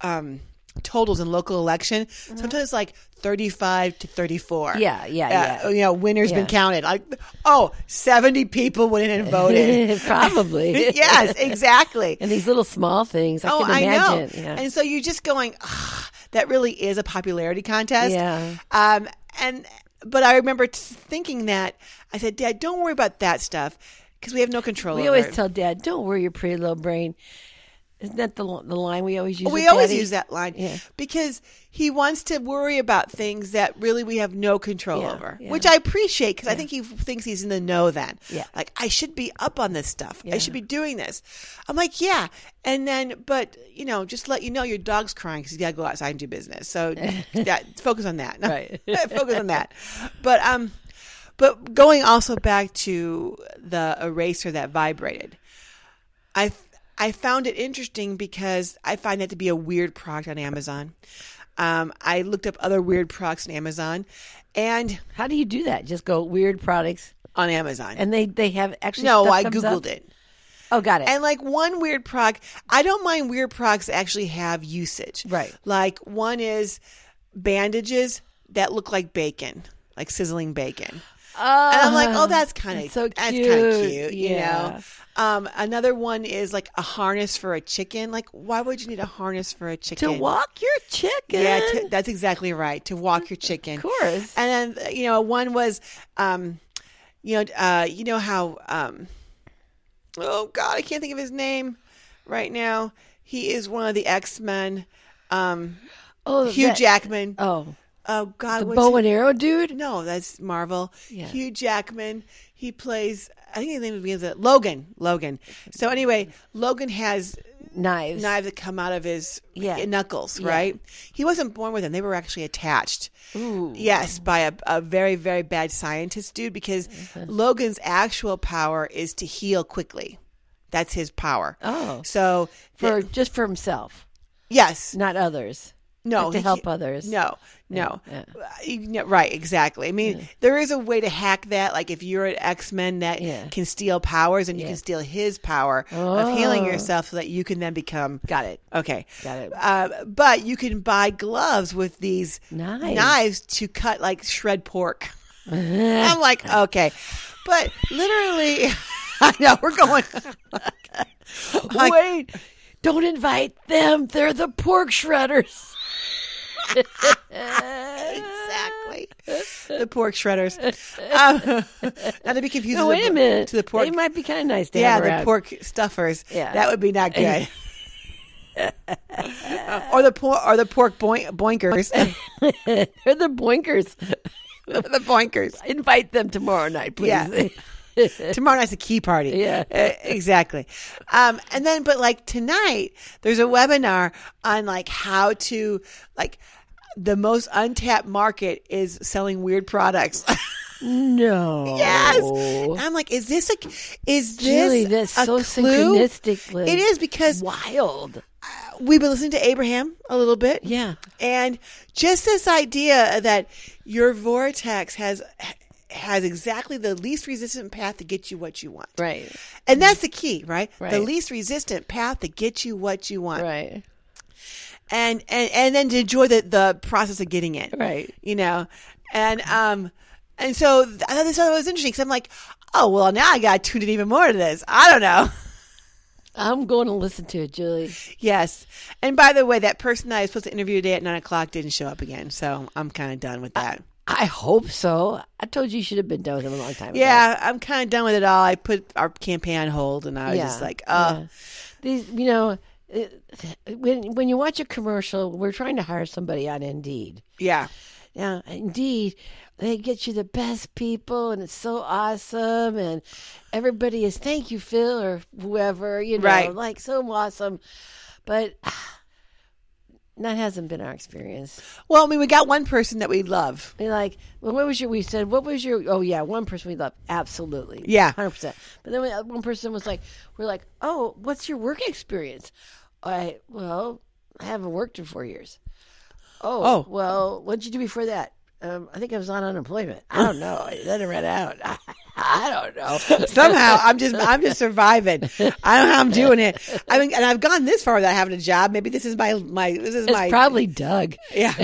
[SPEAKER 1] um, totals in local election, sometimes it's like 35 to 34.
[SPEAKER 2] Mm-hmm. Yeah, yeah, yeah.
[SPEAKER 1] You know, winners been
[SPEAKER 2] Yeah.
[SPEAKER 1] counted. Like, oh, 70 people went in and voted.
[SPEAKER 2] [LAUGHS]
[SPEAKER 1] [LAUGHS]
[SPEAKER 2] Probably.
[SPEAKER 1] yes, exactly.
[SPEAKER 2] And these little small things. I
[SPEAKER 1] oh,
[SPEAKER 2] can
[SPEAKER 1] I know.
[SPEAKER 2] imagine. Yeah.
[SPEAKER 1] And so you're just going, "Ugh, that really is a popularity contest.
[SPEAKER 2] Yeah.
[SPEAKER 1] Um, and but I remember t- thinking that I said, Dad, don't worry about that stuff because we have no control.
[SPEAKER 2] we
[SPEAKER 1] over
[SPEAKER 2] always
[SPEAKER 1] it."
[SPEAKER 2] tell Dad, "Don't worry, your pretty little brain." Isn't that the the line we always use?
[SPEAKER 1] we
[SPEAKER 2] with
[SPEAKER 1] always
[SPEAKER 2] Daddy?
[SPEAKER 1] use that line
[SPEAKER 2] Yeah.
[SPEAKER 1] because he wants to worry about things that really we have no control
[SPEAKER 2] Yeah,
[SPEAKER 1] over,
[SPEAKER 2] yeah.
[SPEAKER 1] which I appreciate because I think he f- thinks he's in the know then.
[SPEAKER 2] Yeah.
[SPEAKER 1] Like, I should be up on this stuff. I should be doing this. I'm like, yeah. And then, but, you know, just let you know your dog's crying because he's got to go outside and do business.
[SPEAKER 2] [LAUGHS]
[SPEAKER 1] So that, focus on that.
[SPEAKER 2] Right.
[SPEAKER 1] [LAUGHS] focus on that. But, um, but going also back to the eraser that vibrated, I I found it interesting because I find that to be a weird product on Amazon. Um, I looked up other weird products on Amazon, and
[SPEAKER 2] How do you do that? Just go weird products,
[SPEAKER 1] on Amazon.
[SPEAKER 2] and they they have actually.
[SPEAKER 1] no,
[SPEAKER 2] stuff
[SPEAKER 1] I
[SPEAKER 2] comes
[SPEAKER 1] googled
[SPEAKER 2] up?
[SPEAKER 1] it,
[SPEAKER 2] Oh, got it.
[SPEAKER 1] and like one weird prog. I don't mind weird progs actually have usage.
[SPEAKER 2] Right.
[SPEAKER 1] Like one is bandages that look like bacon, like sizzling bacon. and I'm like, oh, that's kind of
[SPEAKER 2] Uh-huh. so
[SPEAKER 1] that's kind of
[SPEAKER 2] cute.
[SPEAKER 1] cute, you
[SPEAKER 2] Yeah.
[SPEAKER 1] know. Um, another one is like a harness for a chicken. Like, why would you need a harness for a chicken?
[SPEAKER 2] to walk your chicken.
[SPEAKER 1] Yeah, to, that's exactly right. To walk your chicken,
[SPEAKER 2] of course.
[SPEAKER 1] And then uh, you know, one was, um, you know, uh, you know how, um, oh God, I can't think of his name right now. He is one of the X Men. Um,
[SPEAKER 2] oh,
[SPEAKER 1] Hugh
[SPEAKER 2] that-
[SPEAKER 1] Jackman. Oh,
[SPEAKER 2] Oh,
[SPEAKER 1] God,
[SPEAKER 2] the
[SPEAKER 1] what's
[SPEAKER 2] bow
[SPEAKER 1] his-
[SPEAKER 2] and arrow dude.
[SPEAKER 1] No, that's Marvel.
[SPEAKER 2] Yeah.
[SPEAKER 1] Hugh Jackman. He plays. I think his name begins with Logan. Logan. So anyway, Logan has
[SPEAKER 2] Knives.
[SPEAKER 1] knives that come out of his
[SPEAKER 2] Yeah.
[SPEAKER 1] knuckles,
[SPEAKER 2] Yeah.
[SPEAKER 1] right? He wasn't born with them. They were actually attached.
[SPEAKER 2] Ooh.
[SPEAKER 1] Yes, by a, a very, very bad scientist dude because
[SPEAKER 2] Mm-hmm.
[SPEAKER 1] Logan's actual power is to heal quickly. That's his power.
[SPEAKER 2] Oh,
[SPEAKER 1] So,
[SPEAKER 2] for just for himself,
[SPEAKER 1] yes.
[SPEAKER 2] not others.
[SPEAKER 1] No.
[SPEAKER 2] Like to
[SPEAKER 1] he-
[SPEAKER 2] help others.
[SPEAKER 1] No, no.
[SPEAKER 2] Yeah,
[SPEAKER 1] Uh, you know, Right, exactly. I mean, there is a way to hack that. Like if you're an X Men that
[SPEAKER 2] Yeah.
[SPEAKER 1] can steal powers and you
[SPEAKER 2] Yeah.
[SPEAKER 1] can steal his power of healing
[SPEAKER 2] Oh.
[SPEAKER 1] yourself so that you can then become.
[SPEAKER 2] Got it.
[SPEAKER 1] Okay.
[SPEAKER 2] Got it.
[SPEAKER 1] Uh, but you can buy gloves with these
[SPEAKER 2] Nice.
[SPEAKER 1] knives to cut like shred pork.
[SPEAKER 2] [LAUGHS]
[SPEAKER 1] I'm like, okay. But literally, [LAUGHS] I know we're going. [LAUGHS] Like-
[SPEAKER 2] Wait, don't invite them. They're the pork shredders.
[SPEAKER 1] [LAUGHS] exactly. The pork shredders. Um, [LAUGHS] not to be confused
[SPEAKER 2] No,
[SPEAKER 1] with
[SPEAKER 2] wait
[SPEAKER 1] the,
[SPEAKER 2] a minute.
[SPEAKER 1] to the pork.
[SPEAKER 2] They might be kind of nice to
[SPEAKER 1] yeah,
[SPEAKER 2] have
[SPEAKER 1] the
[SPEAKER 2] around.
[SPEAKER 1] pork stuffers.
[SPEAKER 2] Yeah.
[SPEAKER 1] That would be not
[SPEAKER 2] [LAUGHS]
[SPEAKER 1] good. [LAUGHS] Uh, or the por- or the pork boink- boinkers.
[SPEAKER 2] [LAUGHS]
[SPEAKER 1] [LAUGHS]
[SPEAKER 2] They're the boinkers.
[SPEAKER 1] the boinkers.
[SPEAKER 2] [LAUGHS] invite them tomorrow night, please.
[SPEAKER 1] Yeah. Tomorrow night's a key party.
[SPEAKER 2] Yeah.
[SPEAKER 1] Uh, exactly. Um, and then, but like tonight, there's a webinar on like how to like the most untapped market is selling weird products.
[SPEAKER 2] [LAUGHS]
[SPEAKER 1] [LAUGHS]
[SPEAKER 2] no.
[SPEAKER 1] yes. And I'm like, is this a is this
[SPEAKER 2] Really, that's
[SPEAKER 1] a
[SPEAKER 2] so
[SPEAKER 1] clue?
[SPEAKER 2] synchronistically.
[SPEAKER 1] It is because
[SPEAKER 2] wild.
[SPEAKER 1] we've been listening to Abraham a little bit.
[SPEAKER 2] Yeah.
[SPEAKER 1] And just this idea that your vortex has has exactly the least resistant path to get you what you want.
[SPEAKER 2] Right.
[SPEAKER 1] And that's the key, right? The
[SPEAKER 2] Right.
[SPEAKER 1] least resistant path to get you what you want.
[SPEAKER 2] Right.
[SPEAKER 1] And, and and then to enjoy the, the process of getting it.
[SPEAKER 2] Right.
[SPEAKER 1] You know? And um and so th- I thought this was interesting because I'm like, oh well now I gotta tune in even more to this. I don't know. [LAUGHS]
[SPEAKER 2] I'm going to listen to it, Julie.
[SPEAKER 1] yes. And by the way, that person that I was supposed to interview today at nine o'clock didn't show up again. So I'm kinda done with that.
[SPEAKER 2] I hope so. I told you you should have been done with him a long time ago.
[SPEAKER 1] yeah, I'm kinda done with it all. I put our campaign on hold and I was
[SPEAKER 2] Yeah,
[SPEAKER 1] just like, oh
[SPEAKER 2] yeah. these you know it- when when you watch a commercial we're trying to hire somebody on indeed
[SPEAKER 1] yeah.
[SPEAKER 2] now indeed they get you the best people and it's so awesome and everybody is thank you phil or whoever you know
[SPEAKER 1] Right.
[SPEAKER 2] like so awesome but [SIGHS] ah, that hasn't been our experience
[SPEAKER 1] Well, I mean we got one person that we love.
[SPEAKER 2] Be like, well, what was your? We said, what was your? Oh yeah, one person we love, absolutely,
[SPEAKER 1] Yeah.
[SPEAKER 2] hundred percent. But then we, uh, one person was like, we're like, oh, what's your work experience? I well, I haven't worked in four years. Oh,
[SPEAKER 1] Oh.
[SPEAKER 2] well, what'd you do before that? Um, I think I was on unemployment. I don't know. I then it ran out. [LAUGHS] I, don't
[SPEAKER 1] [LAUGHS]
[SPEAKER 2] know.
[SPEAKER 1] Somehow I'm
[SPEAKER 2] [LAUGHS]
[SPEAKER 1] just I'm just surviving. I don't know how I'm doing it. I mean, and I've gone this far without having a job. Maybe this is my my this is
[SPEAKER 2] It's
[SPEAKER 1] my
[SPEAKER 2] probably Doug. [LAUGHS]
[SPEAKER 1] yeah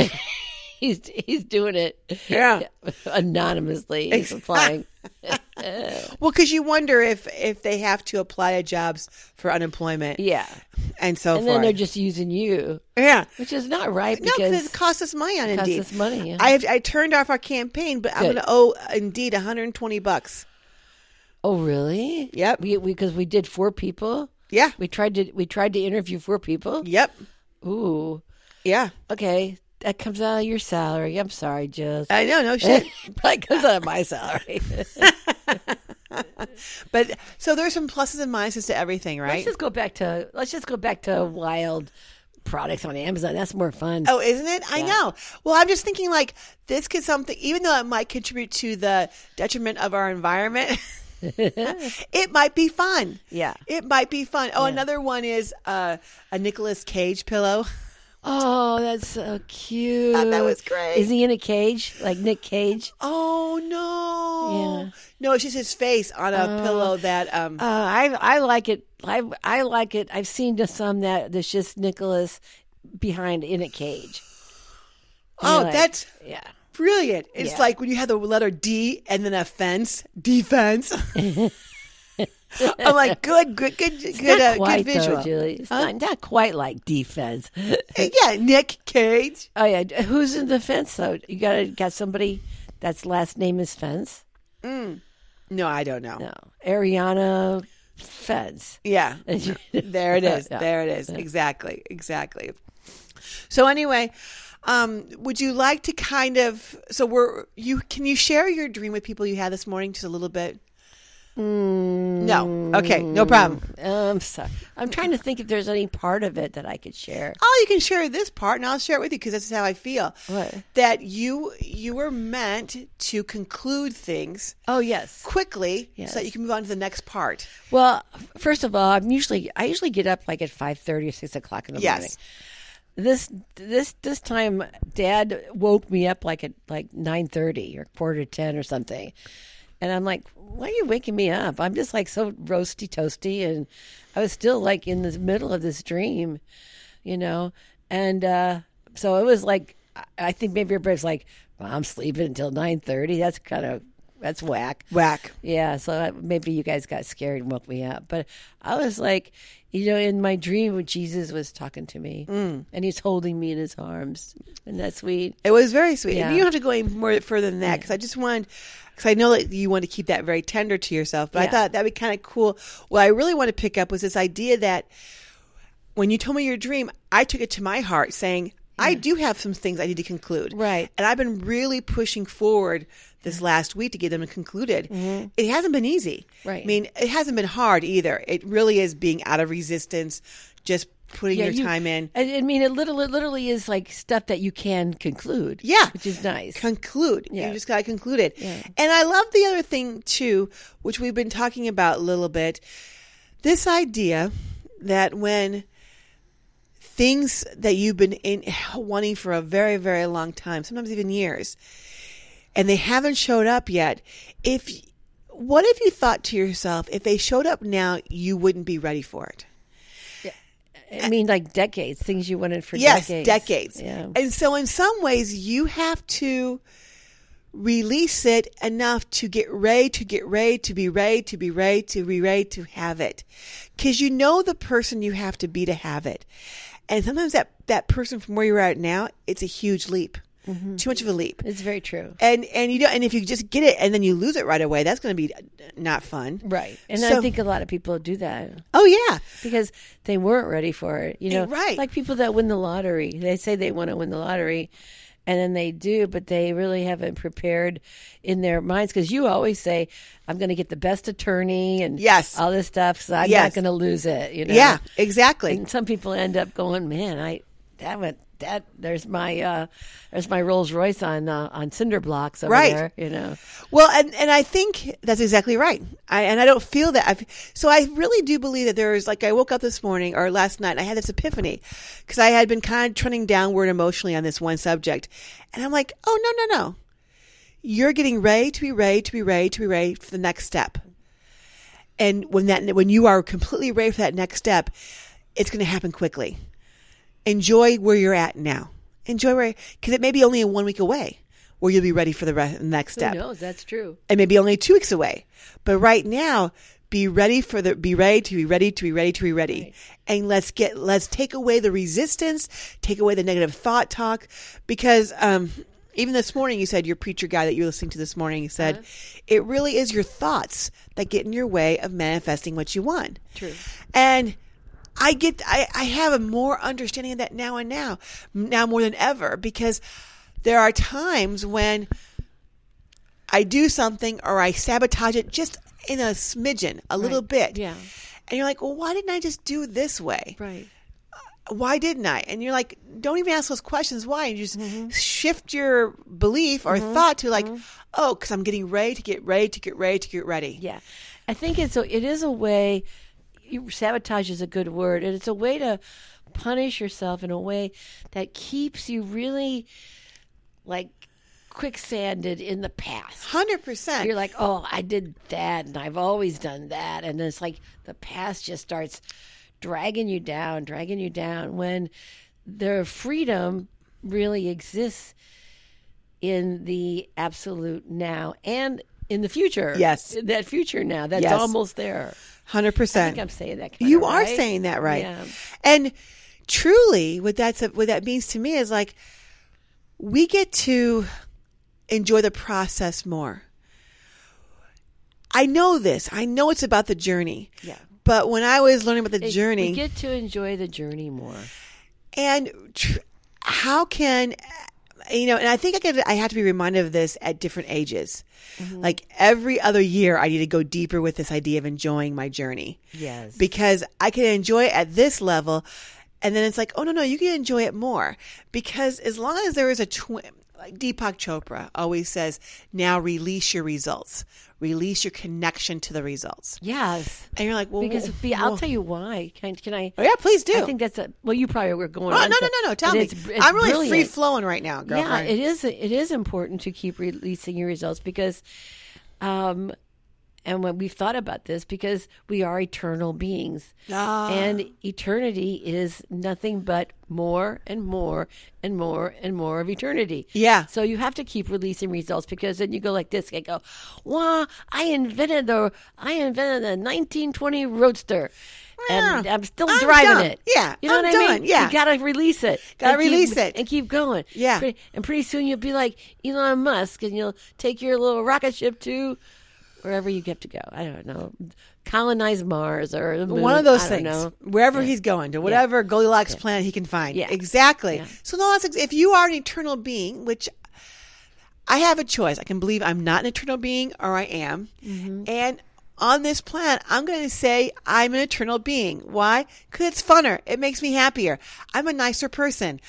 [SPEAKER 2] He's he's doing it [LAUGHS]
[SPEAKER 1] yeah.
[SPEAKER 2] anonymously. He's
[SPEAKER 1] [LAUGHS]
[SPEAKER 2] applying.
[SPEAKER 1] Well, because you wonder if if they have to apply to jobs for unemployment
[SPEAKER 2] Yeah,
[SPEAKER 1] and so
[SPEAKER 2] and
[SPEAKER 1] forth.
[SPEAKER 2] then they're just using you,
[SPEAKER 1] yeah.
[SPEAKER 2] which is not right
[SPEAKER 1] No,
[SPEAKER 2] because
[SPEAKER 1] because it costs us money on
[SPEAKER 2] costs
[SPEAKER 1] Indeed.
[SPEAKER 2] us money, yeah.
[SPEAKER 1] I have, I turned off our campaign, but I'm
[SPEAKER 2] Good.
[SPEAKER 1] going to owe Indeed 120 bucks.
[SPEAKER 2] Oh, really?
[SPEAKER 1] Yep.
[SPEAKER 2] We because we, did four people.
[SPEAKER 1] Yeah.
[SPEAKER 2] We tried to we tried to interview four people.
[SPEAKER 1] Yep.
[SPEAKER 2] Ooh.
[SPEAKER 1] Yeah.
[SPEAKER 2] Okay, that comes out of your salary. I'm sorry, Jules.
[SPEAKER 1] I know. No shit.
[SPEAKER 2] [LAUGHS] that comes out of
[SPEAKER 1] [LAUGHS]
[SPEAKER 2] my salary.
[SPEAKER 1] but so there's some pluses and minuses to everything,
[SPEAKER 2] let's
[SPEAKER 1] right?
[SPEAKER 2] just go back to let's just go back to wild products on Amazon. That's more fun.
[SPEAKER 1] Oh, isn't it? I know. Well, I'm just thinking like this could something, even though it might contribute to the detriment of our environment, [LAUGHS] it might be fun.
[SPEAKER 2] Yeah.
[SPEAKER 1] It might be fun. Oh, another one is uh, a Nicolas Cage pillow.
[SPEAKER 2] Oh, that's so cute.
[SPEAKER 1] that was great.
[SPEAKER 2] Is he in a cage like
[SPEAKER 1] [LAUGHS]
[SPEAKER 2] Nick Cage?
[SPEAKER 1] Oh no.
[SPEAKER 2] Yeah.
[SPEAKER 1] No, it's just his face on a pillow that um
[SPEAKER 2] Oh. Uh, I I like it. I I like it. I've seen just some that that's just Nicholas behind in a cage.
[SPEAKER 1] Oh,
[SPEAKER 2] You're like,
[SPEAKER 1] that's
[SPEAKER 2] yeah.
[SPEAKER 1] brilliant. It's
[SPEAKER 2] Yeah.
[SPEAKER 1] like when you have the letter D and then a fence,
[SPEAKER 2] [LAUGHS]
[SPEAKER 1] defense. I'm like, good, good, good, good, uh,
[SPEAKER 2] quite
[SPEAKER 1] good visual.
[SPEAKER 2] though, Julie. It's not, not quite like defense. [LAUGHS]
[SPEAKER 1] yeah, Nick Cage.
[SPEAKER 2] Oh yeah, who's in the fence though? You gotta got somebody that's last name is Fence.
[SPEAKER 1] No, I don't know.
[SPEAKER 2] No, Ariana Fence. [LAUGHS]
[SPEAKER 1] Yeah, there it is.
[SPEAKER 2] Yeah.
[SPEAKER 1] There it is. Exactly. Exactly. So anyway, um, would you like to kind of so we're you can you share your dream with people you had this morning just a little bit?
[SPEAKER 2] Mm.
[SPEAKER 1] No. Okay. No problem.
[SPEAKER 2] I'm sorry. I'm trying to think if there's any part of it that I could share.
[SPEAKER 1] Oh, you can share this part, and I'll share it with you because this is how I feel.
[SPEAKER 2] What?
[SPEAKER 1] That you you were meant to conclude things
[SPEAKER 2] Oh yes.
[SPEAKER 1] quickly
[SPEAKER 2] Yes.
[SPEAKER 1] so that you can move on to the next part.
[SPEAKER 2] Well, first of all, I'm usually I usually get up like at five thirty or six o'clock in the morning.
[SPEAKER 1] Yes.
[SPEAKER 2] This this this time, Dad woke me up like at like nine thirty or quarter to ten or something, and I'm like, "Why are you waking me up?" I'm just like so roasty toasty, and I was still like in the middle of this dream, you know, and uh, so it was like I- I think maybe everybody's like, well, "I'm sleeping until nine thirty. That's kind of that's whack."
[SPEAKER 1] Whack.
[SPEAKER 2] Yeah, so I- maybe you guys got scared and woke me up. But I was like, you know, in my dream, when Jesus was talking to me
[SPEAKER 1] Mm.
[SPEAKER 2] and he's holding me in his arms. And that's sweet.
[SPEAKER 1] It was very sweet. And
[SPEAKER 2] Yeah.
[SPEAKER 1] you don't have to go any more further than that because I just wanted, because I know that you want to keep that very tender to yourself, but I
[SPEAKER 2] Yeah.
[SPEAKER 1] thought that'd be kind of cool. What I really want to pick up was this idea that when you told me your dream, I took it to my heart saying, I do have some things I need to conclude.
[SPEAKER 2] Right.
[SPEAKER 1] And I've been really pushing forward this last week to get them concluded. It hasn't been easy.
[SPEAKER 2] Mm-hmm. Right.
[SPEAKER 1] I mean, it hasn't been hard either. It really is being out of resistance, just putting your
[SPEAKER 2] you-
[SPEAKER 1] time in.
[SPEAKER 2] I, I mean, it literally, it literally is like stuff that you can conclude.
[SPEAKER 1] Yeah.
[SPEAKER 2] Which is nice.
[SPEAKER 1] conclude.
[SPEAKER 2] Yeah.
[SPEAKER 1] You just got to conclude it.
[SPEAKER 2] Yeah.
[SPEAKER 1] And I love the other thing too, which we've been talking about a little bit. This idea that when things that you've been in wanting for a very very long time, sometimes even years, and they haven't showed up yet, if what if you thought to yourself, if they showed up now, you wouldn't be ready for it?
[SPEAKER 2] I mean, like decades, things you wanted for
[SPEAKER 1] yes,
[SPEAKER 2] decades.
[SPEAKER 1] decades.
[SPEAKER 2] Yeah.
[SPEAKER 1] And so, in some ways, you have to release it enough to get ready, to get ready, to be ready, to be ready, to be ready to have it, because you know the person you have to be to have it. And sometimes that that person from where you're at now, it's a huge leap, too much of a leap.
[SPEAKER 2] Mm-hmm. It's very true.
[SPEAKER 1] And and you don't. And if you just get it and then you lose it right away, that's going to be not fun.
[SPEAKER 2] Right. And
[SPEAKER 1] So-
[SPEAKER 2] I think a lot of people do that.
[SPEAKER 1] Oh yeah,
[SPEAKER 2] because they weren't ready for it. You know,
[SPEAKER 1] Eh, Right.
[SPEAKER 2] Like people that win the lottery, they say they want to win the lottery, and then they do, but they really haven't prepared in their minds. Because you always say, "I'm going to get the best attorney and
[SPEAKER 1] Yes.
[SPEAKER 2] all this stuff, so I'm
[SPEAKER 1] Yes.
[SPEAKER 2] not going to lose it." You know,
[SPEAKER 1] yeah, exactly.
[SPEAKER 2] And some people end up going, "Man, I that went." That there's my uh there's my Rolls Royce on uh, on cinder blocks over
[SPEAKER 1] Right.
[SPEAKER 2] there, you know.
[SPEAKER 1] Well, and, and I think that's exactly right. I, and I don't feel that. I've, so I really do believe that there is, like, I woke up this morning or last night and I had this epiphany because I had been kind of trending downward emotionally on this one subject. And I'm like, oh, no, no, no. You're getting ready to be ready to be ready to be ready for the next step. And when that, when you are completely ready for that next step, it's going to happen quickly. Enjoy where you're at now. Enjoy where, because it may be only one week away where you'll be ready for the re- next step
[SPEAKER 2] Who knows? That's true.
[SPEAKER 1] and maybe only two weeks away. But right now, be ready for the be ready to be ready to be ready to be ready. And let's get let's take away the resistance, take away the negative thought talk, because um, even this morning you said your preacher guy that you're listening to this morning said it really is your thoughts that get in your way of manifesting what you want.
[SPEAKER 2] True.
[SPEAKER 1] And I get, I, I have a more understanding of that now and now, now more than ever, because there are times when I do something or I sabotage it just in a smidgen, a little bit.
[SPEAKER 2] Yeah.
[SPEAKER 1] And you're like, well, why didn't I just do it this way?
[SPEAKER 2] Right.
[SPEAKER 1] Why didn't I? And you're like, don't even ask those questions. Why? And you just
[SPEAKER 2] Mm-hmm.
[SPEAKER 1] shift your belief or thought to like, oh, because I'm getting ready to get ready to get ready to get ready.
[SPEAKER 2] Mm-hmm. Yeah, I think it's a, it is a way. you- Sabotage is a good word, and it's a way to punish yourself in a way that keeps you really like quicksanded in the past.
[SPEAKER 1] 100%.
[SPEAKER 2] You're like, oh, I did that, and I've always done that, and it's like the past just starts dragging you down, dragging you down. When their freedom really exists in the absolute now and in the future.
[SPEAKER 1] Yes.
[SPEAKER 2] that future now. That's
[SPEAKER 1] Yes.
[SPEAKER 2] almost there.
[SPEAKER 1] Hundred
[SPEAKER 2] I
[SPEAKER 1] percent.
[SPEAKER 2] think I'm saying that. Kind
[SPEAKER 1] You are saying that right.
[SPEAKER 2] Yeah.
[SPEAKER 1] And truly, what that's what that means to me is like we get to enjoy the process more. I know this. I know it's about the journey.
[SPEAKER 2] Yeah.
[SPEAKER 1] But when I was learning about the
[SPEAKER 2] We
[SPEAKER 1] journey,
[SPEAKER 2] get to enjoy the journey more.
[SPEAKER 1] and tr- how can you know? And I think I could. I have to be reminded of this at different ages.
[SPEAKER 2] Mm-hmm.
[SPEAKER 1] Like every other year, I need to go deeper with this idea of enjoying my journey
[SPEAKER 2] Yes.
[SPEAKER 1] because I can enjoy it at this level. And then it's like, oh, no, no, you can enjoy it more. Because as long as there is a twin, like Deepak Chopra always says, now release your results, release your connection to the results.
[SPEAKER 2] yes.
[SPEAKER 1] And you're like, well,
[SPEAKER 2] Because
[SPEAKER 1] wh-
[SPEAKER 2] be- I'll
[SPEAKER 1] wh-
[SPEAKER 2] tell you why. Can, can I?
[SPEAKER 1] Oh, yeah, please do.
[SPEAKER 2] I think that's a. Well, you probably were going.
[SPEAKER 1] Oh,
[SPEAKER 2] on
[SPEAKER 1] no,
[SPEAKER 2] to-
[SPEAKER 1] no, no, no. Tell
[SPEAKER 2] but
[SPEAKER 1] me.
[SPEAKER 2] it's br- it's
[SPEAKER 1] I'm really free
[SPEAKER 2] brilliant.
[SPEAKER 1] flowing right now,
[SPEAKER 2] Yeah,
[SPEAKER 1] girlfriend.
[SPEAKER 2] it is. It is important to keep releasing your results because, um, and when we've thought about this, because we are eternal beings,
[SPEAKER 1] Ah.
[SPEAKER 2] and eternity is nothing but more and more and more and more of eternity.
[SPEAKER 1] Yeah.
[SPEAKER 2] So you have to keep releasing results because then you go like this. I go, wow, I invented the I invented the 1920 Roadster. And
[SPEAKER 1] Yeah.
[SPEAKER 2] I'm still
[SPEAKER 1] Ah, I'm
[SPEAKER 2] driving
[SPEAKER 1] done.
[SPEAKER 2] it.
[SPEAKER 1] Yeah,
[SPEAKER 2] you know
[SPEAKER 1] I'm
[SPEAKER 2] what I
[SPEAKER 1] done.
[SPEAKER 2] mean.
[SPEAKER 1] Yeah.
[SPEAKER 2] you gotta release it.
[SPEAKER 1] Gotta
[SPEAKER 2] And keep-
[SPEAKER 1] release it.
[SPEAKER 2] and keep going.
[SPEAKER 1] Yeah.
[SPEAKER 2] Pretty- and pretty soon you'll be like Elon Musk, and you'll take your little rocket ship to wherever you get to go. I don't know, colonize Mars or the moon.
[SPEAKER 1] One of those
[SPEAKER 2] I don't
[SPEAKER 1] things,
[SPEAKER 2] know.
[SPEAKER 1] wherever he's going to, whatever Goldilocks planet he can find.
[SPEAKER 2] Yeah.
[SPEAKER 1] Exactly.
[SPEAKER 2] Yeah.
[SPEAKER 1] So no, that's ex- if you are an eternal being, which I have a choice. I can believe I'm not an eternal being, or I am.
[SPEAKER 2] Mm-hmm.
[SPEAKER 1] And on this planet, I'm going to say I'm an eternal being. Why? Because it's funner. It makes me happier. I'm a nicer person,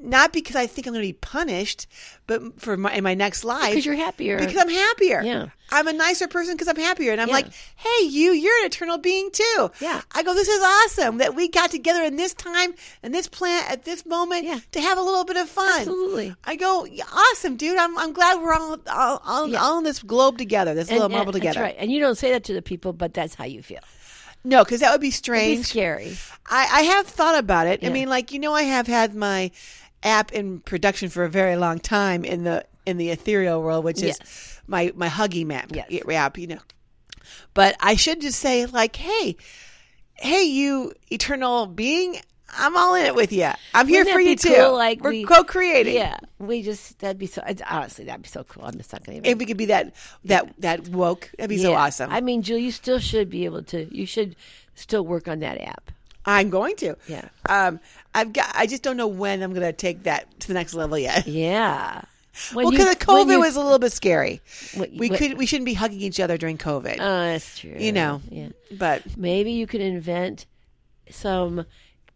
[SPEAKER 1] not because I think I'm going to be punished, but for my in my next life
[SPEAKER 2] Because you're happier.
[SPEAKER 1] Because I'm happier.
[SPEAKER 2] Yeah.
[SPEAKER 1] I'm a nicer person because I'm happier. And I'm
[SPEAKER 2] Yeah.
[SPEAKER 1] like, hey, you, you're an eternal being too.
[SPEAKER 2] Yeah.
[SPEAKER 1] I go, this is awesome that we got together in this time and this plant at this moment
[SPEAKER 2] Yeah.
[SPEAKER 1] to have a little bit of fun.
[SPEAKER 2] Absolutely.
[SPEAKER 1] I go, "Yeah, awesome, dude. I'm, I'm glad we're all, all, all,
[SPEAKER 2] Yeah.
[SPEAKER 1] all on this globe together, this little marble
[SPEAKER 2] that's
[SPEAKER 1] together.
[SPEAKER 2] right. And you don't say that to the people, but that's how you feel.
[SPEAKER 1] No, because that would be
[SPEAKER 2] It'd be
[SPEAKER 1] strange.
[SPEAKER 2] scary.
[SPEAKER 1] I, I have thought about it.
[SPEAKER 2] Yeah.
[SPEAKER 1] I mean, like, you know, I have had my app in production for a very long time in the in the ethereal world, which is my, my Huggy map
[SPEAKER 2] Yes.
[SPEAKER 1] app, you know. But I should just say, like, hey, hey, you eternal being, I'm all in it with you. I'm here
[SPEAKER 2] Wouldn't
[SPEAKER 1] for
[SPEAKER 2] that
[SPEAKER 1] you
[SPEAKER 2] be
[SPEAKER 1] too.
[SPEAKER 2] cool? Like
[SPEAKER 1] We're
[SPEAKER 2] we-
[SPEAKER 1] co-creating.
[SPEAKER 2] Yeah, we just that'd be so. it's- Honestly, that'd be so cool. I'm just not gonna even.
[SPEAKER 1] If we could be that that that woke, that'd be so
[SPEAKER 2] Yeah.
[SPEAKER 1] awesome.
[SPEAKER 2] I
[SPEAKER 1] I'm,
[SPEAKER 2] mean, Jill, you still should be able to. You should still work on that app.
[SPEAKER 1] going to.
[SPEAKER 2] Yeah.
[SPEAKER 1] Um, I've got. I just don't know when I'm going to take that to the next level yet.
[SPEAKER 2] Yeah. When
[SPEAKER 1] Well,
[SPEAKER 2] you-
[SPEAKER 1] because the
[SPEAKER 2] when
[SPEAKER 1] COVID
[SPEAKER 2] you-
[SPEAKER 1] was a little bit scary.
[SPEAKER 2] What-
[SPEAKER 1] we
[SPEAKER 2] what-
[SPEAKER 1] could we shouldn't be hugging each other during COVID.
[SPEAKER 2] Oh, that's true.
[SPEAKER 1] you know.
[SPEAKER 2] Yeah.
[SPEAKER 1] But
[SPEAKER 2] Maybe you could invent some,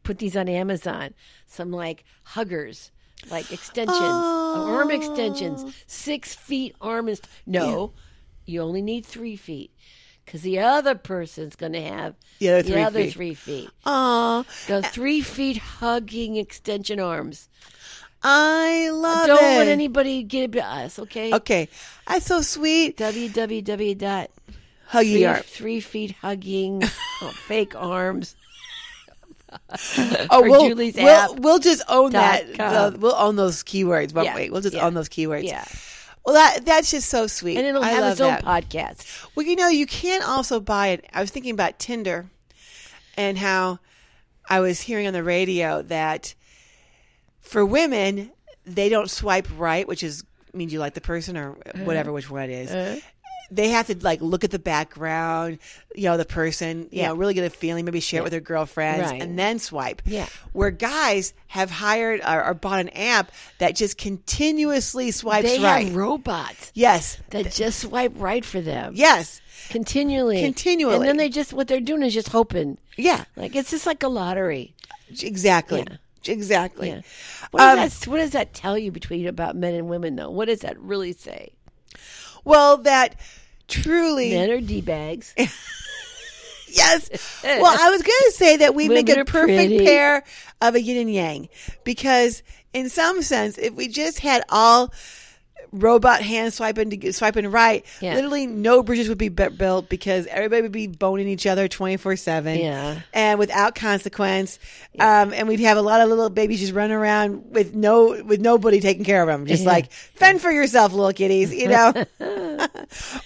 [SPEAKER 2] put these on Amazon, some like huggers, like extensions, arm
[SPEAKER 1] Oh.
[SPEAKER 2] extensions, six feet arm. Est- no, you only need three feet because the other person's going to have
[SPEAKER 1] The other three feet.
[SPEAKER 2] three feet.
[SPEAKER 1] oh,
[SPEAKER 2] The three feet hugging extension arms.
[SPEAKER 1] I love
[SPEAKER 2] Don't
[SPEAKER 1] it.
[SPEAKER 2] let anybody get it to us, okay?
[SPEAKER 1] okay, that's so sweet.
[SPEAKER 2] www dot
[SPEAKER 1] Huggy
[SPEAKER 2] three,
[SPEAKER 1] arm.
[SPEAKER 2] three feet hugging oh, fake arms
[SPEAKER 1] Oh,
[SPEAKER 2] for
[SPEAKER 1] we'll,
[SPEAKER 2] Julie's
[SPEAKER 1] we'll,
[SPEAKER 2] app.
[SPEAKER 1] we'll just own
[SPEAKER 2] dot
[SPEAKER 1] that.
[SPEAKER 2] com.
[SPEAKER 1] the- we'll own those keywords, won't
[SPEAKER 2] Yeah,
[SPEAKER 1] we? We'll just
[SPEAKER 2] yeah,
[SPEAKER 1] own those keywords.
[SPEAKER 2] yeah
[SPEAKER 1] Well, that that's just so sweet.
[SPEAKER 2] and it'll
[SPEAKER 1] I
[SPEAKER 2] have
[SPEAKER 1] love
[SPEAKER 2] its own
[SPEAKER 1] that.
[SPEAKER 2] podcast
[SPEAKER 1] Well, you know, you can also buy it. I was thinking about Tinder and how I was hearing on the radio that for women, they don't swipe right, which is means you like the person or
[SPEAKER 2] Uh-huh.
[SPEAKER 1] whatever which one it is. They have to like look at the background, you know, the person, you
[SPEAKER 2] Yeah.
[SPEAKER 1] know, really get a feeling, maybe share it with their girlfriends,
[SPEAKER 2] Right.
[SPEAKER 1] and then swipe.
[SPEAKER 2] Yeah.
[SPEAKER 1] Where guys have hired or, or bought an app that just continuously swipes
[SPEAKER 2] they
[SPEAKER 1] right.
[SPEAKER 2] have robots
[SPEAKER 1] yes.
[SPEAKER 2] that just swipe right for them
[SPEAKER 1] Yes.
[SPEAKER 2] continually
[SPEAKER 1] Continually.
[SPEAKER 2] and then they just what they're doing is just hoping
[SPEAKER 1] Yeah.
[SPEAKER 2] like it's just like a lottery
[SPEAKER 1] Exactly. Exactly.
[SPEAKER 2] yeah what does,
[SPEAKER 1] Um,
[SPEAKER 2] that, what does that tell you between about men and women though what does that really say
[SPEAKER 1] Well, that truly.
[SPEAKER 2] men
[SPEAKER 1] [LAUGHS]
[SPEAKER 2] are d-bags
[SPEAKER 1] Yes. Well, I was going to say that we make
[SPEAKER 2] Women
[SPEAKER 1] a
[SPEAKER 2] are
[SPEAKER 1] perfect
[SPEAKER 2] pretty.
[SPEAKER 1] pair of a yin and yang because, in some sense, if we just had all robot hand swiping to get, swiping right,
[SPEAKER 2] Yeah.
[SPEAKER 1] literally no bridges would be bu- built because everybody would be boning each other twenty four seven,
[SPEAKER 2] Yeah.
[SPEAKER 1] and without consequence. Um, and we'd have a lot of little babies just running around with no with nobody taking care of them, just
[SPEAKER 2] Yeah.
[SPEAKER 1] like fend for yourself, little kitties, you
[SPEAKER 2] [LAUGHS]
[SPEAKER 1] know. [LAUGHS]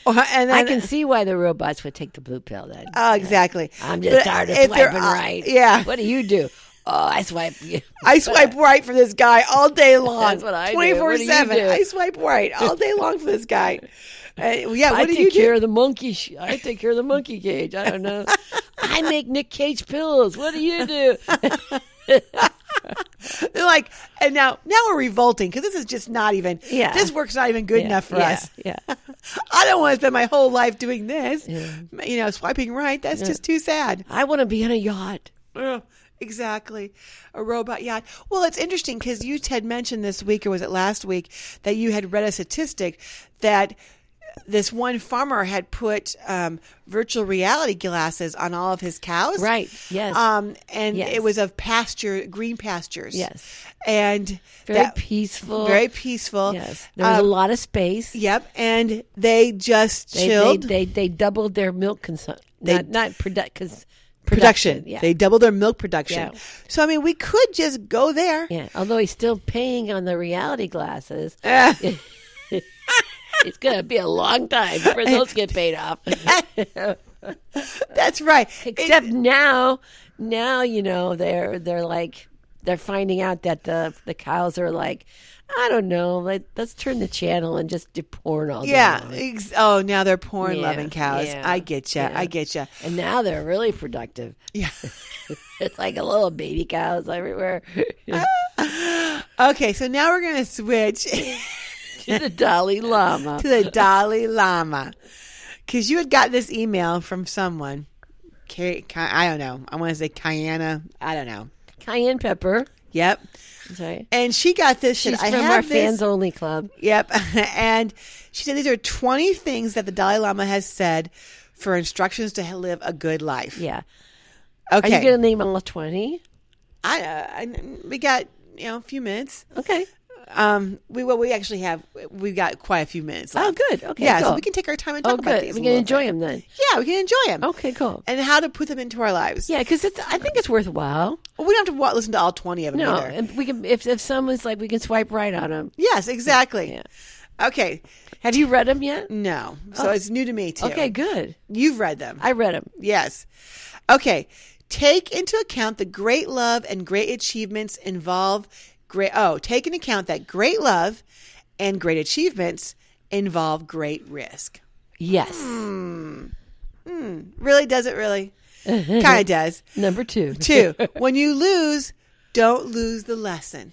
[SPEAKER 1] Or- and
[SPEAKER 2] I
[SPEAKER 1] then-
[SPEAKER 2] can see why the robots would take the blue pill then.
[SPEAKER 1] Oh, exactly.
[SPEAKER 2] I'm just
[SPEAKER 1] But
[SPEAKER 2] tired of
[SPEAKER 1] if they're-
[SPEAKER 2] swiping
[SPEAKER 1] uh,
[SPEAKER 2] right.
[SPEAKER 1] Yeah.
[SPEAKER 2] What do you do? Oh, I swipe. You.
[SPEAKER 1] [LAUGHS] I swipe right for this guy all day long.
[SPEAKER 2] [LAUGHS] That's what I do. What do you
[SPEAKER 1] 24/7.
[SPEAKER 2] do?
[SPEAKER 1] I swipe right all day long for this
[SPEAKER 2] [LAUGHS]
[SPEAKER 1] guy. Uh, yeah, [LAUGHS]
[SPEAKER 2] I
[SPEAKER 1] what do
[SPEAKER 2] take
[SPEAKER 1] you
[SPEAKER 2] care
[SPEAKER 1] do?
[SPEAKER 2] of the monkey. Sh- I take care of the monkey cage. I
[SPEAKER 1] [LAUGHS]
[SPEAKER 2] don't know. I make Nick Cage pills. What do you do?
[SPEAKER 1] They're [LAUGHS] like, and now now we're revolting because this is just not even.
[SPEAKER 2] Yeah.
[SPEAKER 1] This work's not even good [LAUGHS]
[SPEAKER 2] Yeah,
[SPEAKER 1] enough for
[SPEAKER 2] [LAUGHS] yeah,
[SPEAKER 1] us.
[SPEAKER 2] Yeah.
[SPEAKER 1] I don't want to spend my whole life doing this. You know, swiping right. That's just too sad.
[SPEAKER 2] I want to be on a yacht.
[SPEAKER 1] Ugh, exactly. A robot yacht. Well, it's interesting because you had mentioned this week, or was it last week, that you had read a statistic that this one farmer had put um, virtual reality glasses on all of his cows.
[SPEAKER 2] Right, yes.
[SPEAKER 1] Um, and
[SPEAKER 2] Yes.
[SPEAKER 1] it was of pasture, green pastures.
[SPEAKER 2] Yes.
[SPEAKER 1] And
[SPEAKER 2] Very
[SPEAKER 1] that-
[SPEAKER 2] peaceful.
[SPEAKER 1] Very peaceful.
[SPEAKER 2] Yes. There was
[SPEAKER 1] Um,
[SPEAKER 2] a lot of space.
[SPEAKER 1] Yep. And they just
[SPEAKER 2] They, they,
[SPEAKER 1] chilled.
[SPEAKER 2] they they doubled their milk consumption. Not, not produ- cause
[SPEAKER 1] production.
[SPEAKER 2] Yeah.
[SPEAKER 1] They doubled their milk production.
[SPEAKER 2] Yeah.
[SPEAKER 1] So, I mean, we could just go there.
[SPEAKER 2] yeah. Although he's still paying on the
[SPEAKER 1] [LAUGHS]
[SPEAKER 2] reality glasses.
[SPEAKER 1] Eh.
[SPEAKER 2] [LAUGHS] It's gonna be a long time
[SPEAKER 1] [LAUGHS]
[SPEAKER 2] for those to get paid off.
[SPEAKER 1] That's right. It-
[SPEAKER 2] Except now, now you know they're they're like they're finding out that the the cows are like, I don't know, let, let's turn the channel and just do porn all day.
[SPEAKER 1] yeah.
[SPEAKER 2] long.
[SPEAKER 1] Ex- oh, now they're porn
[SPEAKER 2] Yeah,
[SPEAKER 1] loving cows.
[SPEAKER 2] yeah,
[SPEAKER 1] I get you. I get you.
[SPEAKER 2] and now they're really productive. [LAUGHS]
[SPEAKER 1] Yeah.
[SPEAKER 2] It's like a little baby cows everywhere. [LAUGHS]
[SPEAKER 1] Okay, so now we're going to switch [LAUGHS]
[SPEAKER 2] to the Dalai Lama.
[SPEAKER 1] to the Dalai Lama because you had gotten this email from someone. Kay, Ki- I don't know. I want to say Kiana. I don't know.
[SPEAKER 2] Cayenne pepper.
[SPEAKER 1] Yep.
[SPEAKER 2] I'm sorry.
[SPEAKER 1] And she got this. Should
[SPEAKER 2] She's
[SPEAKER 1] I
[SPEAKER 2] from
[SPEAKER 1] have
[SPEAKER 2] our
[SPEAKER 1] this?
[SPEAKER 2] fans only club.
[SPEAKER 1] Yep. [LAUGHS] And she said these are 20 things that the Dalai Lama has said for instructions to live a good life.
[SPEAKER 2] Yeah. Are
[SPEAKER 1] Okay.
[SPEAKER 2] you gonna name all twenty?
[SPEAKER 1] I, uh, I- we got you know a few minutes.
[SPEAKER 2] Okay.
[SPEAKER 1] Um, we well, we actually have we got quite a few minutes.
[SPEAKER 2] Oh,
[SPEAKER 1] Left.
[SPEAKER 2] good. Okay,
[SPEAKER 1] Yeah, so
[SPEAKER 2] cool.
[SPEAKER 1] we can take our time and talk
[SPEAKER 2] Oh,
[SPEAKER 1] about
[SPEAKER 2] good.
[SPEAKER 1] these.
[SPEAKER 2] We
[SPEAKER 1] a
[SPEAKER 2] can
[SPEAKER 1] little
[SPEAKER 2] enjoy
[SPEAKER 1] bit.
[SPEAKER 2] them then.
[SPEAKER 1] Yeah, we can enjoy them.
[SPEAKER 2] Okay, cool.
[SPEAKER 1] And how to put them into our lives.
[SPEAKER 2] Yeah, because it's. I think it's worthwhile.
[SPEAKER 1] Well, we don't have to wa- listen to all twenty of them
[SPEAKER 2] No,
[SPEAKER 1] either.
[SPEAKER 2] and we can if if someone's like we can swipe right on them.
[SPEAKER 1] Yes, exactly. Okay.
[SPEAKER 2] Have you read them yet?
[SPEAKER 1] No, so it's new to me too.
[SPEAKER 2] Oh. Okay, good.
[SPEAKER 1] you've read them.
[SPEAKER 2] I read them.
[SPEAKER 1] Yes. Okay. Take into account the great love and great achievements involve great. Oh, take into account that great love and great achievements involve great risk.
[SPEAKER 2] Yes.
[SPEAKER 1] Hmm. Really? Does it
[SPEAKER 2] [LAUGHS]
[SPEAKER 1] really? kind of does.
[SPEAKER 2] Number two. [LAUGHS]
[SPEAKER 1] Two, when you lose, don't lose the lesson.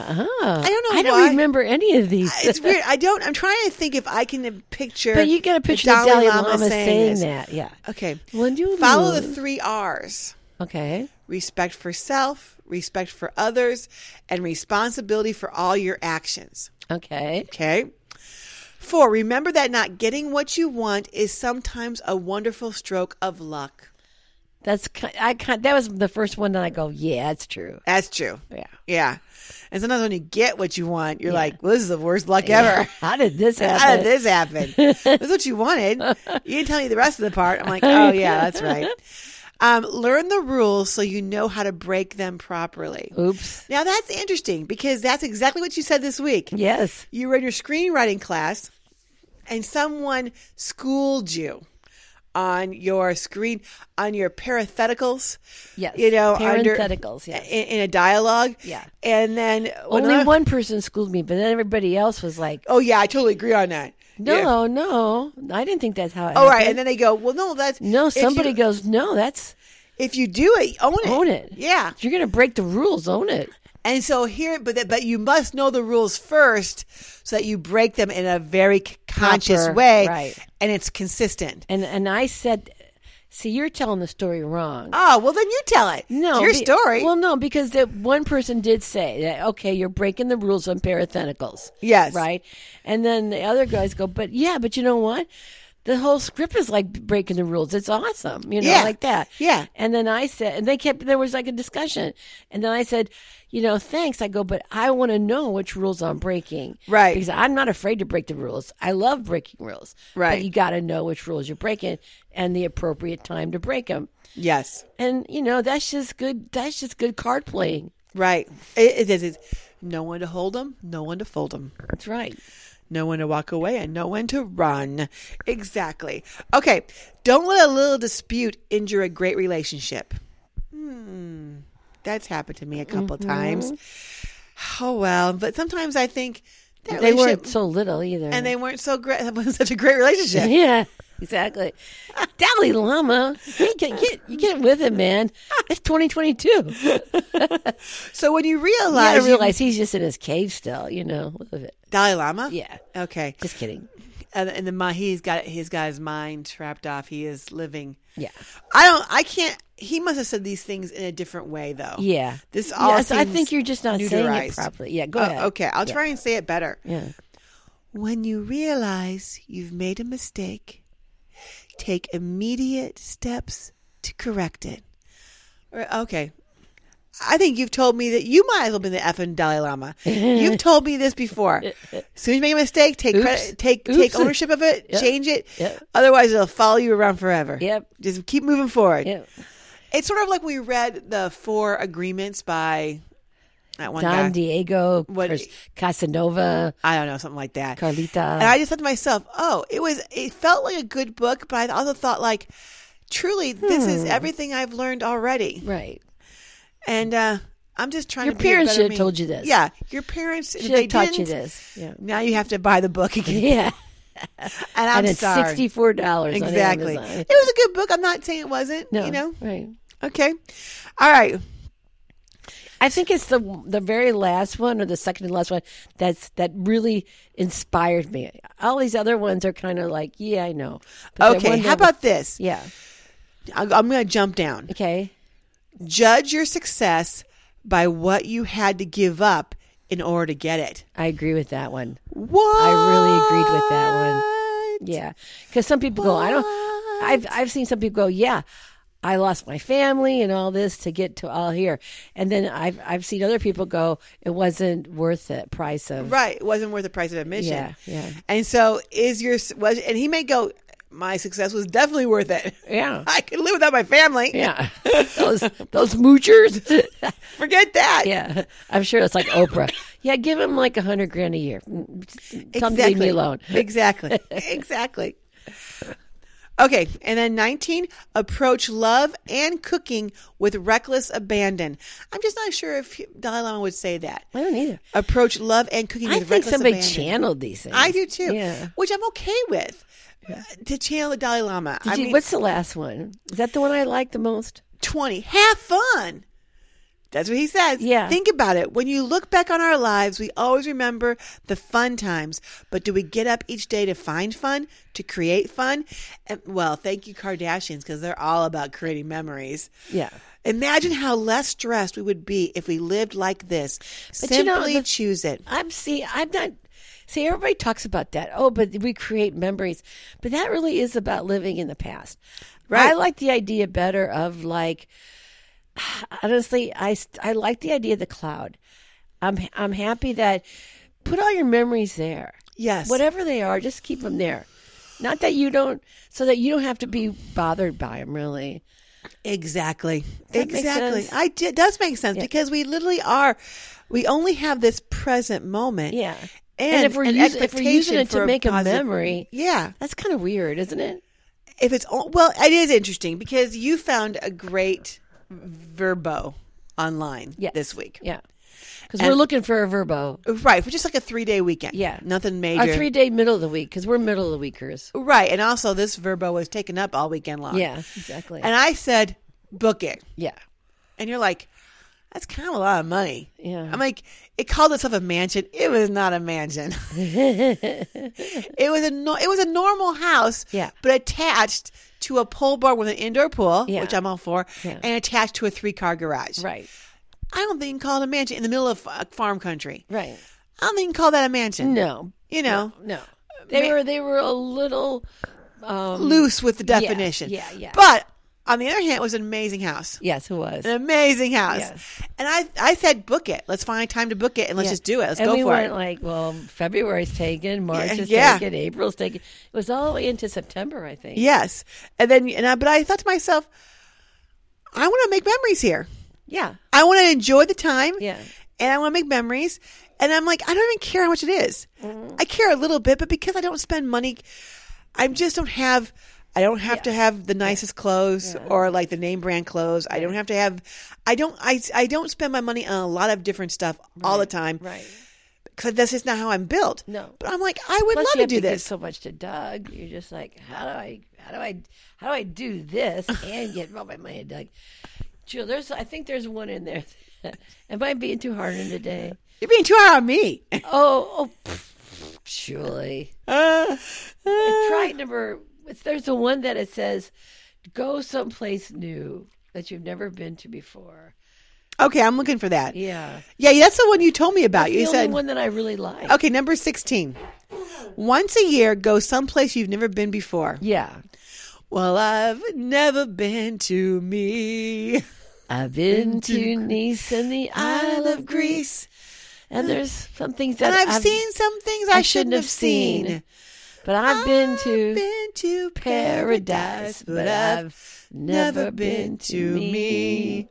[SPEAKER 2] Ah.
[SPEAKER 1] I don't know
[SPEAKER 2] I don't
[SPEAKER 1] why.
[SPEAKER 2] remember any of
[SPEAKER 1] [LAUGHS]
[SPEAKER 2] these.
[SPEAKER 1] It's weird. I don't. I'm trying to think if I can picture.
[SPEAKER 2] but you got to
[SPEAKER 1] the
[SPEAKER 2] picture the Dalai, Lama, saying,
[SPEAKER 1] this.
[SPEAKER 2] that. Yeah.
[SPEAKER 1] Okay.
[SPEAKER 2] When you
[SPEAKER 1] Follow the
[SPEAKER 2] lose-
[SPEAKER 1] three R's.
[SPEAKER 2] Okay.
[SPEAKER 1] respect for self, respect for others, and responsibility for all your actions.
[SPEAKER 2] Okay.
[SPEAKER 1] Okay. Four, remember that not getting what you want is sometimes a wonderful stroke of luck.
[SPEAKER 2] That's ki- I kind that was the first one that I go yeah that's true
[SPEAKER 1] That's true.
[SPEAKER 2] yeah.
[SPEAKER 1] Yeah. And sometimes when you get what you want, you're like, well, this is the worst luck ever.
[SPEAKER 2] How did this
[SPEAKER 1] [LAUGHS]
[SPEAKER 2] happen?
[SPEAKER 1] How did this
[SPEAKER 2] [LAUGHS]
[SPEAKER 1] happen? this is what you wanted. You didn't tell me the rest of the part. I'm like, oh, yeah, that's right. Um, learn the rules so you know how to break them properly.
[SPEAKER 2] Oops.
[SPEAKER 1] Now that's interesting because that's exactly what you said this week.
[SPEAKER 2] Yes.
[SPEAKER 1] You were in your screenwriting class and someone schooled you on your screen on your parentheticals.
[SPEAKER 2] Yes.
[SPEAKER 1] You know, under-
[SPEAKER 2] parentheticals. yes.
[SPEAKER 1] in, in a dialogue.
[SPEAKER 2] Yeah.
[SPEAKER 1] And then when
[SPEAKER 2] eh, Only
[SPEAKER 1] I-
[SPEAKER 2] one person schooled me, but then everybody else was like,
[SPEAKER 1] Oh yeah, I totally agree on that. Yeah.
[SPEAKER 2] "No, no, I didn't think that's how." It
[SPEAKER 1] All right,
[SPEAKER 2] happened.
[SPEAKER 1] and then they go, "Well, no, that's
[SPEAKER 2] No,
[SPEAKER 1] if you-
[SPEAKER 2] somebody goes, no, that's
[SPEAKER 1] If you do it, own it.
[SPEAKER 2] own it.
[SPEAKER 1] Yeah.
[SPEAKER 2] If you're going to break the rules, own it.
[SPEAKER 1] And so here, but that, but you must know the rules first, so that you break them in a very c- conscious
[SPEAKER 2] Proper,
[SPEAKER 1] way,
[SPEAKER 2] right.
[SPEAKER 1] And it's consistent.
[SPEAKER 2] And and I said, see, you're telling the story wrong.
[SPEAKER 1] Oh well, then you tell it.
[SPEAKER 2] no,
[SPEAKER 1] it's your
[SPEAKER 2] be-
[SPEAKER 1] story.
[SPEAKER 2] Well, no, because that one person did say, that, okay, you're breaking the rules on parentheticals.
[SPEAKER 1] yes,
[SPEAKER 2] Right? And then the other guys go, but yeah, but you know what? the whole script is like breaking the rules. It's awesome, you know,
[SPEAKER 1] Yeah.
[SPEAKER 2] like that.
[SPEAKER 1] Yeah.
[SPEAKER 2] And then I said, and they kept, there was like a discussion. And then I said, you know, thanks. I go, but I want to know which rules I'm breaking.
[SPEAKER 1] Right.
[SPEAKER 2] Because I'm not afraid to break the rules. I love breaking rules.
[SPEAKER 1] Right.
[SPEAKER 2] But you got to know which rules you're breaking and the appropriate time to break them.
[SPEAKER 1] Yes.
[SPEAKER 2] And, you know, that's just good. That's just good card playing.
[SPEAKER 1] Right. It, it is. It's no one to hold them, no one to fold them,
[SPEAKER 2] That's right.
[SPEAKER 1] no one to walk away, and no one to run. Exactly. Okay. Don't let a little dispute injure a great relationship. Hmm. That's happened to me a couple
[SPEAKER 2] Mm-hmm.
[SPEAKER 1] times. Oh, well. But sometimes I think that
[SPEAKER 2] They
[SPEAKER 1] relationship-
[SPEAKER 2] weren't so little either.
[SPEAKER 1] and they weren't so great. [LAUGHS] It wasn't such a great relationship.
[SPEAKER 2] [LAUGHS] Yeah, exactly. Dalai Lama, you get, get you get with it, man.
[SPEAKER 1] [LAUGHS]
[SPEAKER 2] It's 2022. You
[SPEAKER 1] So when you realize,
[SPEAKER 2] gotta
[SPEAKER 1] you
[SPEAKER 2] realize he's just in his cave still. You know, with it.
[SPEAKER 1] Dalai Lama,
[SPEAKER 2] yeah.
[SPEAKER 1] okay,
[SPEAKER 2] Just kidding.
[SPEAKER 1] and, and the ma- he's got he's got his mind trapped off. He is living.
[SPEAKER 2] Yeah,
[SPEAKER 1] I don't. I can't. He must have said these things in a different way, though.
[SPEAKER 2] yeah.
[SPEAKER 1] This all.
[SPEAKER 2] Yes, I
[SPEAKER 1] seems-
[SPEAKER 2] think you're just not saying it
[SPEAKER 1] neuterized.
[SPEAKER 2] properly. Yeah, go
[SPEAKER 1] Oh,
[SPEAKER 2] ahead.
[SPEAKER 1] okay, I'll try and say it better.
[SPEAKER 2] Yeah,
[SPEAKER 1] When you realize you've made a mistake, take immediate steps to correct it. Or- Okay. I think you've told me that you might as well be the effing Dalai
[SPEAKER 2] [LAUGHS]
[SPEAKER 1] Lama. You've told me this before. As soon as you make a mistake, take
[SPEAKER 2] Oops.
[SPEAKER 1] credit, take
[SPEAKER 2] Oops.
[SPEAKER 1] take ownership of
[SPEAKER 2] [LAUGHS]
[SPEAKER 1] it,
[SPEAKER 2] Yep.
[SPEAKER 1] change it.
[SPEAKER 2] Yep.
[SPEAKER 1] Otherwise, it'll follow you around forever.
[SPEAKER 2] Yep.
[SPEAKER 1] Just keep moving forward.
[SPEAKER 2] yeah.
[SPEAKER 1] It's sort of like we read the Four Agreements by that one
[SPEAKER 2] Don
[SPEAKER 1] guy.
[SPEAKER 2] Diego,
[SPEAKER 1] What-
[SPEAKER 2] Cas- Casanova,
[SPEAKER 1] I don't know, something like that.
[SPEAKER 2] Carlita.
[SPEAKER 1] And I just thought to myself, oh, it was, it felt like a good book, but I also thought, like, truly, this is
[SPEAKER 2] Hmm.
[SPEAKER 1] everything I've learned already.
[SPEAKER 2] right.
[SPEAKER 1] And uh, I'm just trying
[SPEAKER 2] Your
[SPEAKER 1] to be a
[SPEAKER 2] parents
[SPEAKER 1] better
[SPEAKER 2] should have
[SPEAKER 1] me.
[SPEAKER 2] told you this.
[SPEAKER 1] Yeah. Your parents, if
[SPEAKER 2] Should
[SPEAKER 1] they
[SPEAKER 2] have taught you
[SPEAKER 1] didn't,
[SPEAKER 2] this. Yeah.
[SPEAKER 1] Now you have to buy the book again.
[SPEAKER 2] [LAUGHS] Yeah.
[SPEAKER 1] And I'm
[SPEAKER 2] and it's
[SPEAKER 1] sorry.
[SPEAKER 2] sixty four dollars
[SPEAKER 1] exactly.
[SPEAKER 2] on Amazon.
[SPEAKER 1] It was a good book. I'm not saying it wasn't,
[SPEAKER 2] No,
[SPEAKER 1] you know?
[SPEAKER 2] right.
[SPEAKER 1] Okay. All right.
[SPEAKER 2] I think it's the the very last one or the second to last one that's that really inspired me. All these other ones are kind of like, yeah, I know. But the
[SPEAKER 1] Okay.
[SPEAKER 2] one
[SPEAKER 1] How
[SPEAKER 2] that-
[SPEAKER 1] about this?
[SPEAKER 2] yeah?
[SPEAKER 1] I- I'm going to jump down.
[SPEAKER 2] Okay,
[SPEAKER 1] Judge your success by what you had to give up in order to get it.
[SPEAKER 2] I agree with that one.
[SPEAKER 1] What?
[SPEAKER 2] really agreed with that one.
[SPEAKER 1] one.
[SPEAKER 2] Yeah, because some people go, I don't. I've I've seen some people go, yeah, I lost my family and all this to get to all here, and then I've I've seen other people go, it wasn't worth the price of
[SPEAKER 1] Right. It wasn't worth the price of admission.
[SPEAKER 2] Yeah, yeah.
[SPEAKER 1] And so is your was and he may go my success was definitely worth it.
[SPEAKER 2] yeah.
[SPEAKER 1] [LAUGHS] I could live without my family.
[SPEAKER 2] Yeah, [LAUGHS] those
[SPEAKER 1] [LAUGHS]
[SPEAKER 2] those moochers.
[SPEAKER 1] Forget that.
[SPEAKER 2] Yeah, I'm sure it's like Oprah. Yeah, give him like a hundred grand a year. Mm, just Tell him to leave me alone. [LAUGHS]
[SPEAKER 1] Exactly. exactly. Okay, and then 19, approach love and cooking with reckless abandon. I'm just not sure if Dalai Lama would say that.
[SPEAKER 2] I don't either.
[SPEAKER 1] Approach love and cooking
[SPEAKER 2] I
[SPEAKER 1] with
[SPEAKER 2] think
[SPEAKER 1] reckless
[SPEAKER 2] somebody
[SPEAKER 1] abandon.
[SPEAKER 2] channeled these things.
[SPEAKER 1] I do too.
[SPEAKER 2] Yeah.
[SPEAKER 1] Which I'm okay with. Uh, To channel the Dalai Lama. I
[SPEAKER 2] Did you-
[SPEAKER 1] mean,
[SPEAKER 2] what's the last one? Is that the one I like the most?
[SPEAKER 1] 20. Have fun. That's what he says.
[SPEAKER 2] Yeah.
[SPEAKER 1] Think about it. When you look back on our lives, we always remember the fun times. But do we get up each day to find fun, to create fun? And, well, thank you, Kardashians, because they're all about creating memories.
[SPEAKER 2] Yeah.
[SPEAKER 1] Imagine how less stressed we would be if we lived like this.
[SPEAKER 2] you know,
[SPEAKER 1] Simply
[SPEAKER 2] the-
[SPEAKER 1] choose it.
[SPEAKER 2] I'm see. I'm not. See, everybody talks about that. Oh, but we create memories. But that really is about living in the past.
[SPEAKER 1] Right.
[SPEAKER 2] I like the idea better of like. [SIGHS] Honestly, I st- I like the idea of the cloud. I'm I'm happy that put all your memories there.
[SPEAKER 1] Yes.
[SPEAKER 2] Whatever they are, just keep them there. Not that you don't, so that you don't have to be bothered by them. Really,
[SPEAKER 1] Exactly.
[SPEAKER 2] that make
[SPEAKER 1] exactly.
[SPEAKER 2] sense?
[SPEAKER 1] I d- it does make sense because we literally are. We only have this present moment.
[SPEAKER 2] yeah.
[SPEAKER 1] And,
[SPEAKER 2] if we're
[SPEAKER 1] an
[SPEAKER 2] using, if we're
[SPEAKER 1] expectation
[SPEAKER 2] using it
[SPEAKER 1] for
[SPEAKER 2] to make a
[SPEAKER 1] positive-
[SPEAKER 2] memory,
[SPEAKER 1] Yeah.
[SPEAKER 2] that's kind of weird, isn't it?
[SPEAKER 1] If it's all, well, it is interesting because you found a great verbo online
[SPEAKER 2] Yes.
[SPEAKER 1] this week.
[SPEAKER 2] Yeah, because we're
[SPEAKER 1] And-
[SPEAKER 2] looking for a verbo.
[SPEAKER 1] Right, for just like a three day weekend.
[SPEAKER 2] Yeah.
[SPEAKER 1] Nothing
[SPEAKER 2] Our
[SPEAKER 1] major.
[SPEAKER 2] three day middle of the week because we're middle of the weekers.
[SPEAKER 1] right. And also this verbo was taken up all weekend long.
[SPEAKER 2] Yeah, exactly.
[SPEAKER 1] And I said, book it.
[SPEAKER 2] yeah,
[SPEAKER 1] And you're like, that's kind of a lot of money.
[SPEAKER 2] Yeah.
[SPEAKER 1] I'm like, it called itself a mansion. It was not a
[SPEAKER 2] [LAUGHS]
[SPEAKER 1] mansion. it was a no, it was a normal house,
[SPEAKER 2] Yeah.
[SPEAKER 1] but attached to a pole bar with an indoor pool,
[SPEAKER 2] Yeah.
[SPEAKER 1] which I'm all for,
[SPEAKER 2] Yeah.
[SPEAKER 1] and attached to a three car garage.
[SPEAKER 2] right,
[SPEAKER 1] I don't think you can call it a mansion in the middle of uh, farm country.
[SPEAKER 2] right.
[SPEAKER 1] I don't think you can call that a mansion.
[SPEAKER 2] No,
[SPEAKER 1] You know,
[SPEAKER 2] no. They
[SPEAKER 1] Ma-
[SPEAKER 2] were they were a little um,
[SPEAKER 1] loose with the
[SPEAKER 2] yeah,
[SPEAKER 1] definition.
[SPEAKER 2] yeah, yeah.
[SPEAKER 1] But on the other hand, it was an amazing house.
[SPEAKER 2] Yes, who was?
[SPEAKER 1] An amazing house.
[SPEAKER 2] Yes.
[SPEAKER 1] And I, I said, book it. Let's find time to book it and let's
[SPEAKER 2] Yeah.
[SPEAKER 1] just do it. Let's
[SPEAKER 2] and
[SPEAKER 1] go
[SPEAKER 2] we
[SPEAKER 1] for
[SPEAKER 2] weren't
[SPEAKER 1] it.
[SPEAKER 2] like, well, February's taken, March
[SPEAKER 1] Yeah,
[SPEAKER 2] is
[SPEAKER 1] yeah.
[SPEAKER 2] taken, April's taken. It was all the way into September, I think.
[SPEAKER 1] yes. And then, and I, but I thought to myself, I want to make memories here.
[SPEAKER 2] Yeah.
[SPEAKER 1] I want to enjoy the time.
[SPEAKER 2] Yeah.
[SPEAKER 1] And I want to make memories. And I'm like, I don't even care how much it is.
[SPEAKER 2] Mm-hmm.
[SPEAKER 1] I care a little bit, but because I don't spend money, I just don't have. I don't have to have the nicest clothes or like the name brand clothes. I don't have to have. I don't. I I don't spend my money on a lot of different stuff all the time
[SPEAKER 2] Right.
[SPEAKER 1] because that's just not how I'm built.
[SPEAKER 2] No.
[SPEAKER 1] But I'm like, I would
[SPEAKER 2] Plus, you
[SPEAKER 1] love to
[SPEAKER 2] have
[SPEAKER 1] do
[SPEAKER 2] to give
[SPEAKER 1] this.
[SPEAKER 2] so much to Doug. You're just like, how do I, how do I, how do I
[SPEAKER 1] [LAUGHS]
[SPEAKER 2] do this and get all my money to Doug? Jill, there's, I think there's one in there. [LAUGHS] Am I being too hard on today?
[SPEAKER 1] You're being too hard on
[SPEAKER 2] [LAUGHS]
[SPEAKER 1] me.
[SPEAKER 2] Oh, oh, surely. Try number. There's the one that it says, go someplace new that you've never been to before.
[SPEAKER 1] okay, I'm looking for that.
[SPEAKER 2] Yeah,
[SPEAKER 1] Yeah, that's the one you told me about.
[SPEAKER 2] the
[SPEAKER 1] You
[SPEAKER 2] only
[SPEAKER 1] said
[SPEAKER 2] one that I really like.
[SPEAKER 1] Okay, number 16. Once a year, go someplace you've never been before.
[SPEAKER 2] Yeah,
[SPEAKER 1] Well, I've never been to me.
[SPEAKER 2] I've been to Nice and the Isle of Greece, and there's some things that
[SPEAKER 1] And I've, seen some things I, shouldn't have seen.
[SPEAKER 2] but I've been to
[SPEAKER 1] been to
[SPEAKER 2] paradise, but I've
[SPEAKER 1] never been to me.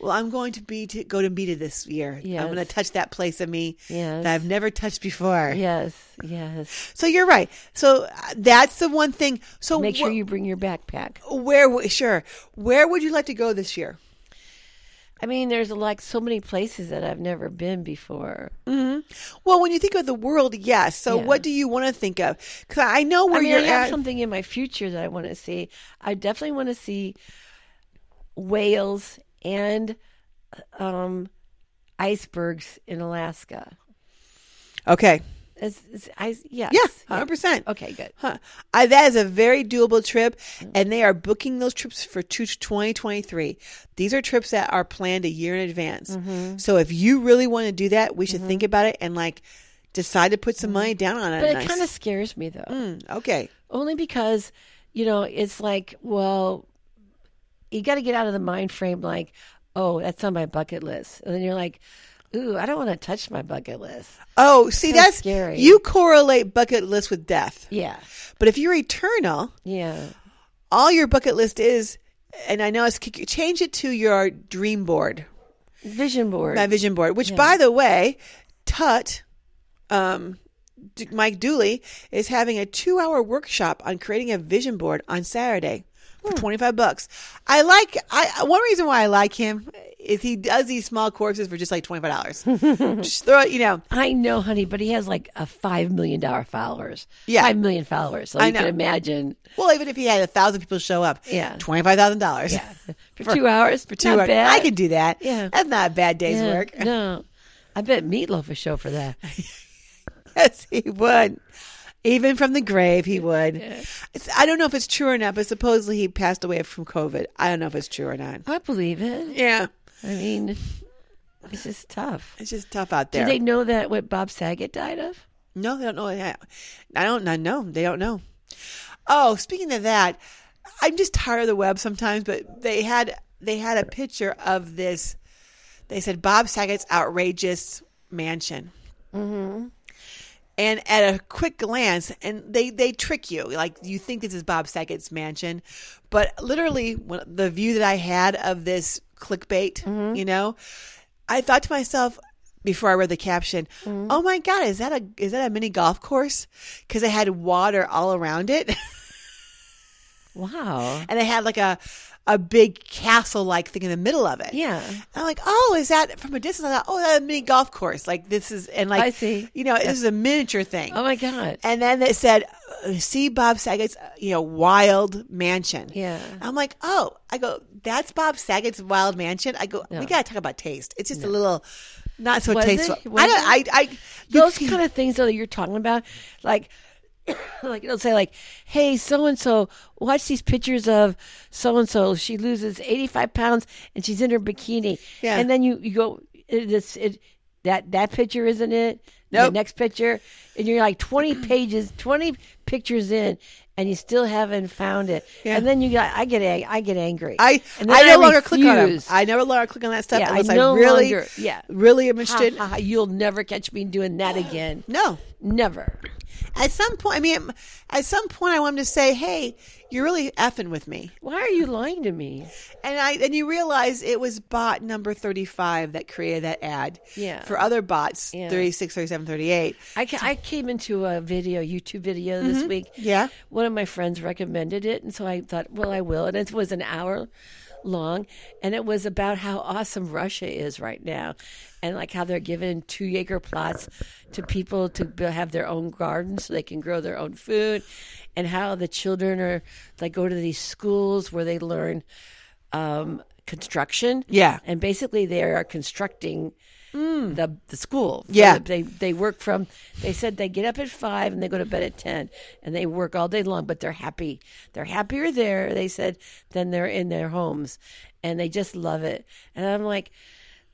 [SPEAKER 1] Well, I'm going to be to go to me to this year.
[SPEAKER 2] Yes.
[SPEAKER 1] I'm going to touch that place of me
[SPEAKER 2] Yes.
[SPEAKER 1] that I've never touched before.
[SPEAKER 2] Yes, yes.
[SPEAKER 1] So you're right. So uh, that's the one thing. So
[SPEAKER 2] Make sure
[SPEAKER 1] wh-
[SPEAKER 2] you bring your backpack.
[SPEAKER 1] Where w- sure? Where would you like to go this year?
[SPEAKER 2] I mean, there's like so many places that I've never been before.
[SPEAKER 1] Well, when you think of the world, yes. So,
[SPEAKER 2] Yeah.
[SPEAKER 1] what do you want to think of? Because I know where
[SPEAKER 2] I mean,
[SPEAKER 1] you're
[SPEAKER 2] I have
[SPEAKER 1] at.
[SPEAKER 2] something in my future that I want to see. I definitely want to see whales and um, icebergs in Alaska.
[SPEAKER 1] okay.
[SPEAKER 2] It's, it's ice, yes.
[SPEAKER 1] Yeah, hundred percent.
[SPEAKER 2] Okay, good.
[SPEAKER 1] Huh. I, that is a very doable trip, and they are booking those trips for two- 2023. These are trips that are planned a year in advance.
[SPEAKER 2] Mm-hmm.
[SPEAKER 1] So, if you really want to do that, we should think about it and like decide to put some money down on it.
[SPEAKER 2] Mm-hmm. But
[SPEAKER 1] Nice.
[SPEAKER 2] it kind of scares me though,
[SPEAKER 1] Mm, okay.
[SPEAKER 2] only because you know it's like, well, you got to get out of the mind frame like, oh, that's on my bucket list, and then you're like, ooh, I don't want to touch my bucket list.
[SPEAKER 1] Oh, see,
[SPEAKER 2] Kinda
[SPEAKER 1] that's
[SPEAKER 2] scary.
[SPEAKER 1] you correlate bucket list with death.
[SPEAKER 2] Yeah,
[SPEAKER 1] But if you're eternal,
[SPEAKER 2] yeah.
[SPEAKER 1] all your bucket list is, and I know it's change it to your dream board,
[SPEAKER 2] Vision board.
[SPEAKER 1] my vision board. Which, by the way, Tut, um, D- Mike Dooley is having a two-hour workshop on creating a vision board on Saturday for twenty-five bucks. I like. I one reason why I like him is he does these small courses for just like twenty-five dollars. just throw it, you know.
[SPEAKER 2] I know, honey, but he has like a five million dollar followers.
[SPEAKER 1] Yeah.
[SPEAKER 2] five million followers. So you
[SPEAKER 1] know.
[SPEAKER 2] can imagine. [LAUGHS]
[SPEAKER 1] Well, even if he had a thousand people show up,
[SPEAKER 2] Yeah.
[SPEAKER 1] twenty-five thousand dollars.
[SPEAKER 2] Yeah, for, two hours. For
[SPEAKER 1] Two
[SPEAKER 2] not
[SPEAKER 1] hours.
[SPEAKER 2] bad.
[SPEAKER 1] I could [LAUGHS] do that.
[SPEAKER 2] Yeah.
[SPEAKER 1] That's not a bad day's
[SPEAKER 2] Yeah,
[SPEAKER 1] work.
[SPEAKER 2] No, I bet Meatloaf would show for that.
[SPEAKER 1] [LAUGHS] Yes, he would. Even from the grave, he would. It's, I don't know if it's true or not, but supposedly he passed away from COVID. I don't know if it's true or not.
[SPEAKER 2] I believe it.
[SPEAKER 1] Yeah,
[SPEAKER 2] I mean, it's just tough.
[SPEAKER 1] it's just tough out
[SPEAKER 2] Did
[SPEAKER 1] there.
[SPEAKER 2] they know that what Bob Saget died of?
[SPEAKER 1] no, they don't know. That. I don't. I know they don't know. Oh, speaking of that, I'm just tired of the web sometimes. But they had they had a picture of this. They said Bob Saget's outrageous mansion. and at a quick glance and they they trick you like you think this is bob saget's mansion but literally when, the view that i had of this clickbait you know i thought to myself before i read the caption
[SPEAKER 2] Mm-hmm.
[SPEAKER 1] oh my god is that a is that a mini golf course because it had water all around it [LAUGHS]
[SPEAKER 2] Wow.
[SPEAKER 1] and it had like a a big castle like thing in the middle of it
[SPEAKER 2] Yeah.
[SPEAKER 1] I'm like, oh, is that from a distance? I thought, oh, that's a mini golf course. Like this is, and like,
[SPEAKER 2] I see.
[SPEAKER 1] You know, this is a miniature thing.
[SPEAKER 2] Oh my God.
[SPEAKER 1] And then it said, uh, "See Bob Saget's, uh, you know, wild mansion."
[SPEAKER 2] Yeah.
[SPEAKER 1] I'm like, "Oh, I go, that's Bob Saget's wild mansion." I go, "We got to talk about taste. It's just a little not so
[SPEAKER 2] Was it?
[SPEAKER 1] tasteful."
[SPEAKER 2] Was
[SPEAKER 1] I don't I I you
[SPEAKER 2] those
[SPEAKER 1] can-
[SPEAKER 2] kind of things though that you're talking about like [COUGHS] like it'll say like hey so and so watch these pictures of so and so she loses 85 pounds and she's in her bikini
[SPEAKER 1] Yeah.
[SPEAKER 2] and then you you go it, it's it that that picture isn't it the
[SPEAKER 1] Nope. [CLEARS THROAT]
[SPEAKER 2] next picture and you're like 20 pages 20 pictures in and you still haven't found it.
[SPEAKER 1] Yeah.
[SPEAKER 2] And then you got I get ang- I get angry.
[SPEAKER 1] I
[SPEAKER 2] and then
[SPEAKER 1] I no longer click on them.
[SPEAKER 2] refuse.
[SPEAKER 1] I no longer click on that stuff
[SPEAKER 2] Yeah, I
[SPEAKER 1] unless I,
[SPEAKER 2] no
[SPEAKER 1] really,
[SPEAKER 2] longer- yeah.
[SPEAKER 1] really am
[SPEAKER 2] Ha,
[SPEAKER 1] interested.
[SPEAKER 2] ha, ha, you'll never catch me doing that again.
[SPEAKER 1] No,
[SPEAKER 2] Never.
[SPEAKER 1] at some point, I mean, at some point, I want him to say, "Hey, you're really effing with me,"
[SPEAKER 2] Why are you lying to me?
[SPEAKER 1] and I and you realize it was bot number thirty five that created that ad.
[SPEAKER 2] Yeah.
[SPEAKER 1] for other bots,
[SPEAKER 2] Yeah.
[SPEAKER 1] thirty six, thirty seven, thirty eight.
[SPEAKER 2] I, ca- I came into a video, YouTube video this week.
[SPEAKER 1] Mm-hmm. Yeah.
[SPEAKER 2] One of my friends recommended it. And so I thought, well, I will. And it was an hour long. And it was about how awesome Russia is right now. And like how they're giving two acre plots to people to b- have their own gardens so they can grow their own food. And how the children are, they go to these schools where they learn um, construction.
[SPEAKER 1] Yeah.
[SPEAKER 2] And basically they are constructing the the school. for
[SPEAKER 1] Hmm. Yeah.
[SPEAKER 2] the- they they work from they said they get up at five and they go to bed at ten and they work all day long, but they're happy. They're happier there, they said, than they're in their homes. And they just love it. And I'm like,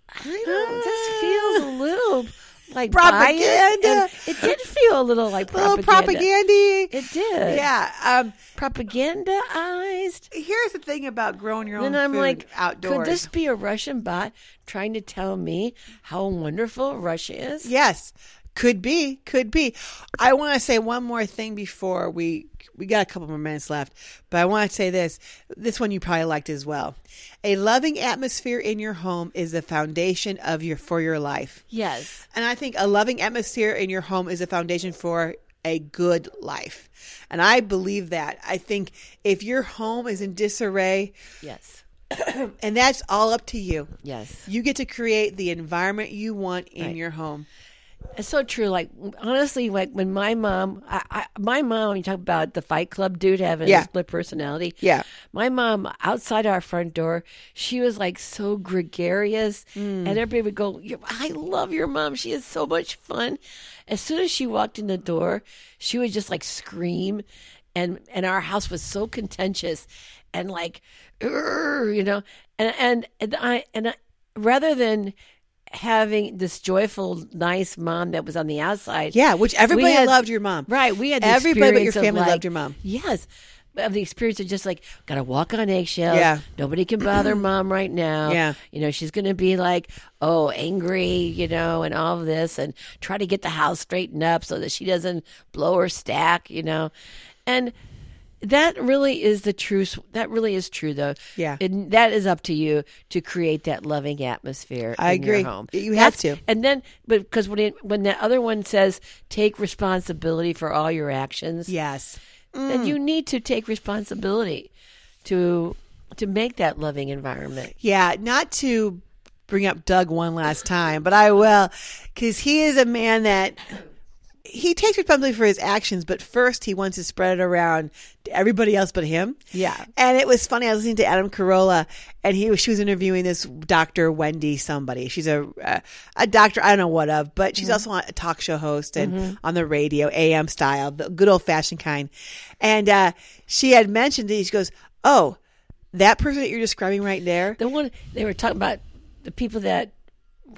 [SPEAKER 2] I don't
[SPEAKER 1] Ah,
[SPEAKER 2] this feels a little like biased, and
[SPEAKER 1] Propaganda.
[SPEAKER 2] It did feel a little like
[SPEAKER 1] A little
[SPEAKER 2] propaganda.
[SPEAKER 1] propagandy.
[SPEAKER 2] It did.
[SPEAKER 1] Yeah. Um,
[SPEAKER 2] Propagandaized.
[SPEAKER 1] here's the thing about growing your own
[SPEAKER 2] And I'm
[SPEAKER 1] food
[SPEAKER 2] like,
[SPEAKER 1] outdoors.
[SPEAKER 2] could this be a Russian bot trying to tell me how wonderful Russia is?
[SPEAKER 1] Yes, could be, could be. I want to say one more thing before we we got a couple more minutes left, but I want to say this. This one you probably liked as well. A loving atmosphere in your home is the foundation of your for your life,
[SPEAKER 2] Yes.
[SPEAKER 1] and I think a loving atmosphere in your home is a foundation for a good life. And I believe that. I think if your home is in disarray,
[SPEAKER 2] Yes.
[SPEAKER 1] and that's all up to you.
[SPEAKER 2] Yes.
[SPEAKER 1] You get to create the environment you want in
[SPEAKER 2] Right.
[SPEAKER 1] your home.
[SPEAKER 2] It's so true. Like honestly, like when my mom, I, I my mom, you talk about the Fight Club dude having
[SPEAKER 1] Yeah.
[SPEAKER 2] a split personality.
[SPEAKER 1] Yeah.
[SPEAKER 2] My mom outside our front door, she was like so gregarious,
[SPEAKER 1] Mm.
[SPEAKER 2] and everybody would go, "You- "I love your mom. She is so much fun." As soon as she walked in the door, she would just like scream, and and our house was so contentious, and like, "Urgh," you know, and and and I and I, rather than having this joyful, nice mom that was on the outside,
[SPEAKER 1] Yeah, which everybody
[SPEAKER 2] had-
[SPEAKER 1] loved your mom.
[SPEAKER 2] Right. We had the
[SPEAKER 1] Everybody but your
[SPEAKER 2] experience of,
[SPEAKER 1] family
[SPEAKER 2] like-
[SPEAKER 1] loved your mom.
[SPEAKER 2] Yes. Of the experience of just like, got to walk on eggshells.
[SPEAKER 1] Yeah.
[SPEAKER 2] Nobody
[SPEAKER 1] [CLEARS THROAT]
[SPEAKER 2] can bother mom right now.
[SPEAKER 1] Yeah.
[SPEAKER 2] You know, she's going to be like, oh, angry, you know, and all of this, and try to get the house straightened up so that she doesn't blow her stack, you know. And that really is the truth. That really is true, though.
[SPEAKER 1] Yeah.
[SPEAKER 2] And that is up to you to create that loving atmosphere
[SPEAKER 1] I
[SPEAKER 2] in your
[SPEAKER 1] agree.
[SPEAKER 2] home.
[SPEAKER 1] You have
[SPEAKER 2] That's-
[SPEAKER 1] to.
[SPEAKER 2] and then, but because when it, when that other one says take responsibility for all your actions,
[SPEAKER 1] Yes.
[SPEAKER 2] then
[SPEAKER 1] Mm.
[SPEAKER 2] you need to take responsibility to to make that loving environment.
[SPEAKER 1] Yeah, not to bring up Doug one last time, but I will cuz he is a man that he takes responsibility for his actions, but first he wants to spread it around to everybody else but him.
[SPEAKER 2] Yeah.
[SPEAKER 1] And it was funny. I was listening to Adam Carolla, and he was she was interviewing this Dr. Wendy somebody. She's a a, a doctor I don't know what of, but she's also on a talk show host and on the radio, AM style, the good old fashioned kind. And uh, she had mentioned that she goes, "Oh, that person that you're describing right there,
[SPEAKER 2] The one they were talking about the people that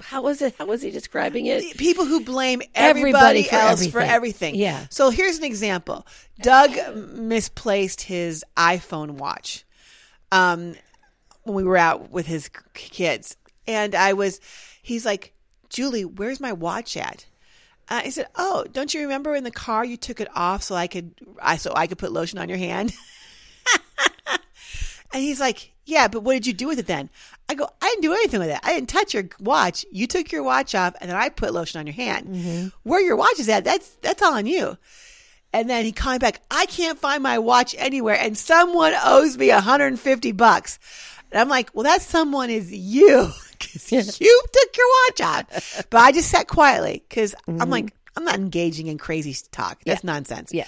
[SPEAKER 2] how was it? How was he describing it?
[SPEAKER 1] people who blame everybody,
[SPEAKER 2] Everybody for
[SPEAKER 1] else for
[SPEAKER 2] everything.
[SPEAKER 1] everything.
[SPEAKER 2] Yeah.
[SPEAKER 1] So here's an example. Doug misplaced his iPhone watch um, when we were out with his k- kids, and I was, he's like, Julie, where's my watch at? Uh, I said, "Oh, don't you remember in the car you took it off so I could, I so I could put lotion on your hand?" [LAUGHS] And he's like, Yeah, but what did you do with it then? I go, I didn't do anything with it. I didn't touch your watch. You took your watch off and then I put lotion on your hand.
[SPEAKER 2] Mm-hmm.
[SPEAKER 1] Where your watch is at, that's that's all on you. And then he called me back, I can't find my watch anywhere and someone owes me 150 bucks. And I'm like, Well, that someone is you [LAUGHS] because you took your watch
[SPEAKER 2] [LAUGHS]
[SPEAKER 1] off. But I just sat quietly because I'm like, I'm not engaging in crazy talk. That's nonsense.
[SPEAKER 2] Mm-hmm. Yeah.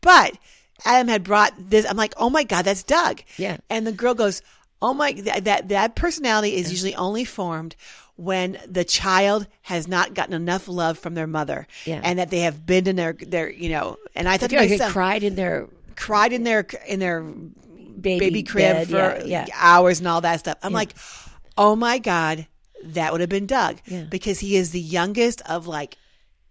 [SPEAKER 1] But Adam had brought this. I'm like, oh my god, that's Doug.
[SPEAKER 2] Yeah.
[SPEAKER 1] And the girl goes, oh my, that that, that personality is usually only formed when the child has not gotten enough love from their mother,
[SPEAKER 2] Yeah.
[SPEAKER 1] and that they have been in their their you know. And I thought to
[SPEAKER 2] People that
[SPEAKER 1] myself,
[SPEAKER 2] cried in their
[SPEAKER 1] cried in their in their
[SPEAKER 2] baby,
[SPEAKER 1] baby crib
[SPEAKER 2] bed.
[SPEAKER 1] for
[SPEAKER 2] yeah, yeah.
[SPEAKER 1] hours and all that stuff. I'm like, oh my God, that would have been Doug
[SPEAKER 2] Yeah.
[SPEAKER 1] because he is the youngest of like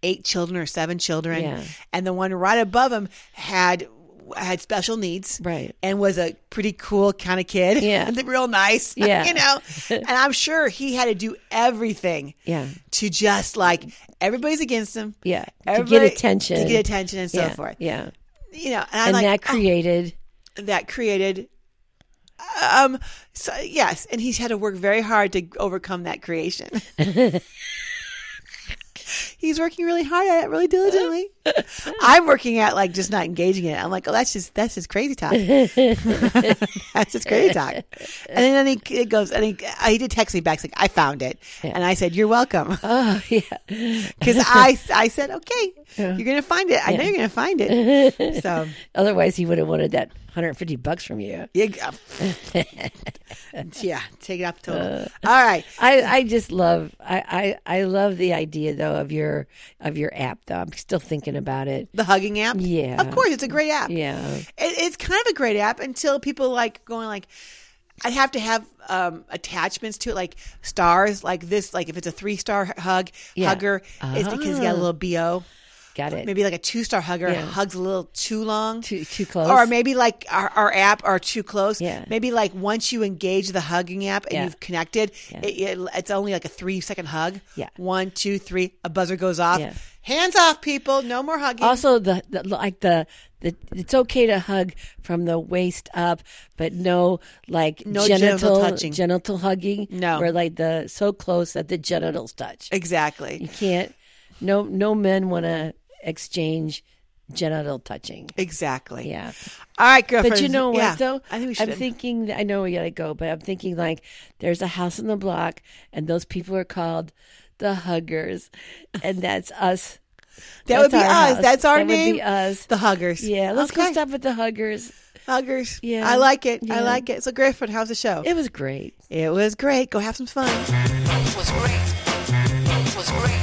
[SPEAKER 1] eight children or seven children.
[SPEAKER 2] Yeah.
[SPEAKER 1] And the one right above him had had special needs
[SPEAKER 2] Right.
[SPEAKER 1] and was a pretty cool kind of kid.
[SPEAKER 2] Yeah.
[SPEAKER 1] [LAUGHS] real nice.
[SPEAKER 2] Yeah.
[SPEAKER 1] you
[SPEAKER 2] [LAUGHS]
[SPEAKER 1] know, and I'm sure he had to do everything
[SPEAKER 2] Yeah.
[SPEAKER 1] to just like everybody's against him.
[SPEAKER 2] Yeah. to
[SPEAKER 1] Everybody-
[SPEAKER 2] get attention.
[SPEAKER 1] To get attention and so
[SPEAKER 2] yeah.
[SPEAKER 1] forth.
[SPEAKER 2] Yeah.
[SPEAKER 1] You know, and I'm
[SPEAKER 2] And
[SPEAKER 1] like,
[SPEAKER 2] that
[SPEAKER 1] oh,
[SPEAKER 2] created
[SPEAKER 1] that created um so yes and he's had to work very hard to overcome that creation he's working really hard at it really diligently i'm working at like just not engaging in it i'm like oh that's just that's just crazy talk that's just crazy talk and then, he it goes and he, uh, he did text me back he's like i found it and i said you're welcome [LAUGHS]
[SPEAKER 2] Oh [LAUGHS] yeah.
[SPEAKER 1] because i i said okay you're gonna find it i know you're gonna find it so
[SPEAKER 2] Otherwise he would have wanted that hundred and fifty bucks from you.
[SPEAKER 1] Yeah.
[SPEAKER 2] [LAUGHS]
[SPEAKER 1] g- yeah, take it off the total.
[SPEAKER 2] Uh.
[SPEAKER 1] All right.
[SPEAKER 2] I, I just love I, I, I love the idea though of your of your app though. I'm still thinking about it.
[SPEAKER 1] The hugging app.
[SPEAKER 2] Yeah.
[SPEAKER 1] Of course, it's a great app.
[SPEAKER 2] Yeah.
[SPEAKER 1] It, it's kind of a great app until people like going like I have to have um, attachments to it, like stars, like this, like if it's a three star hug
[SPEAKER 2] Yeah. Ah.
[SPEAKER 1] hugger, it's because you got a little bo.
[SPEAKER 2] Got it.
[SPEAKER 1] Maybe like a two star hugger
[SPEAKER 2] Yeah.
[SPEAKER 1] hugs a little too long,
[SPEAKER 2] Too- too close.
[SPEAKER 1] or maybe like our, our app are too close.
[SPEAKER 2] Yeah.
[SPEAKER 1] Maybe like once you engage the hugging app and
[SPEAKER 2] Yeah.
[SPEAKER 1] you've connected, it, it, it's only like a three second hug.
[SPEAKER 2] Yeah.
[SPEAKER 1] one, two, three. A buzzer goes off.
[SPEAKER 2] Yeah.
[SPEAKER 1] Hands off, people! No more hugging.
[SPEAKER 2] Also, the, the like the, the it's okay to hug from the waist up, but no like
[SPEAKER 1] No
[SPEAKER 2] genital
[SPEAKER 1] genital touching.
[SPEAKER 2] genital hugging.
[SPEAKER 1] No.
[SPEAKER 2] or like the so close that the genitals touch.
[SPEAKER 1] exactly,
[SPEAKER 2] You can't. No, no men want to exchange genital touching.
[SPEAKER 1] exactly.
[SPEAKER 2] Yeah,
[SPEAKER 1] All right, girlfriend.
[SPEAKER 2] but you know what
[SPEAKER 1] Yeah.
[SPEAKER 2] though?
[SPEAKER 1] I think we
[SPEAKER 2] I'm
[SPEAKER 1] should.
[SPEAKER 2] thinking. I know we gotta go, but I'm thinking like there's a house on the block, and those people are called the huggers, and that's us.
[SPEAKER 1] that would
[SPEAKER 2] That's
[SPEAKER 1] be us.
[SPEAKER 2] our house.
[SPEAKER 1] That's our
[SPEAKER 2] That would be
[SPEAKER 1] name.
[SPEAKER 2] us.
[SPEAKER 1] The huggers.
[SPEAKER 2] Yeah, let's go
[SPEAKER 1] Okay.
[SPEAKER 2] stop with the huggers.
[SPEAKER 1] Huggers.
[SPEAKER 2] Yeah.
[SPEAKER 1] I like it. I
[SPEAKER 2] Yeah.
[SPEAKER 1] like it. So, Griffin, how's the show?
[SPEAKER 2] It was great.
[SPEAKER 1] it was great. Go have some fun.
[SPEAKER 3] was great. was great.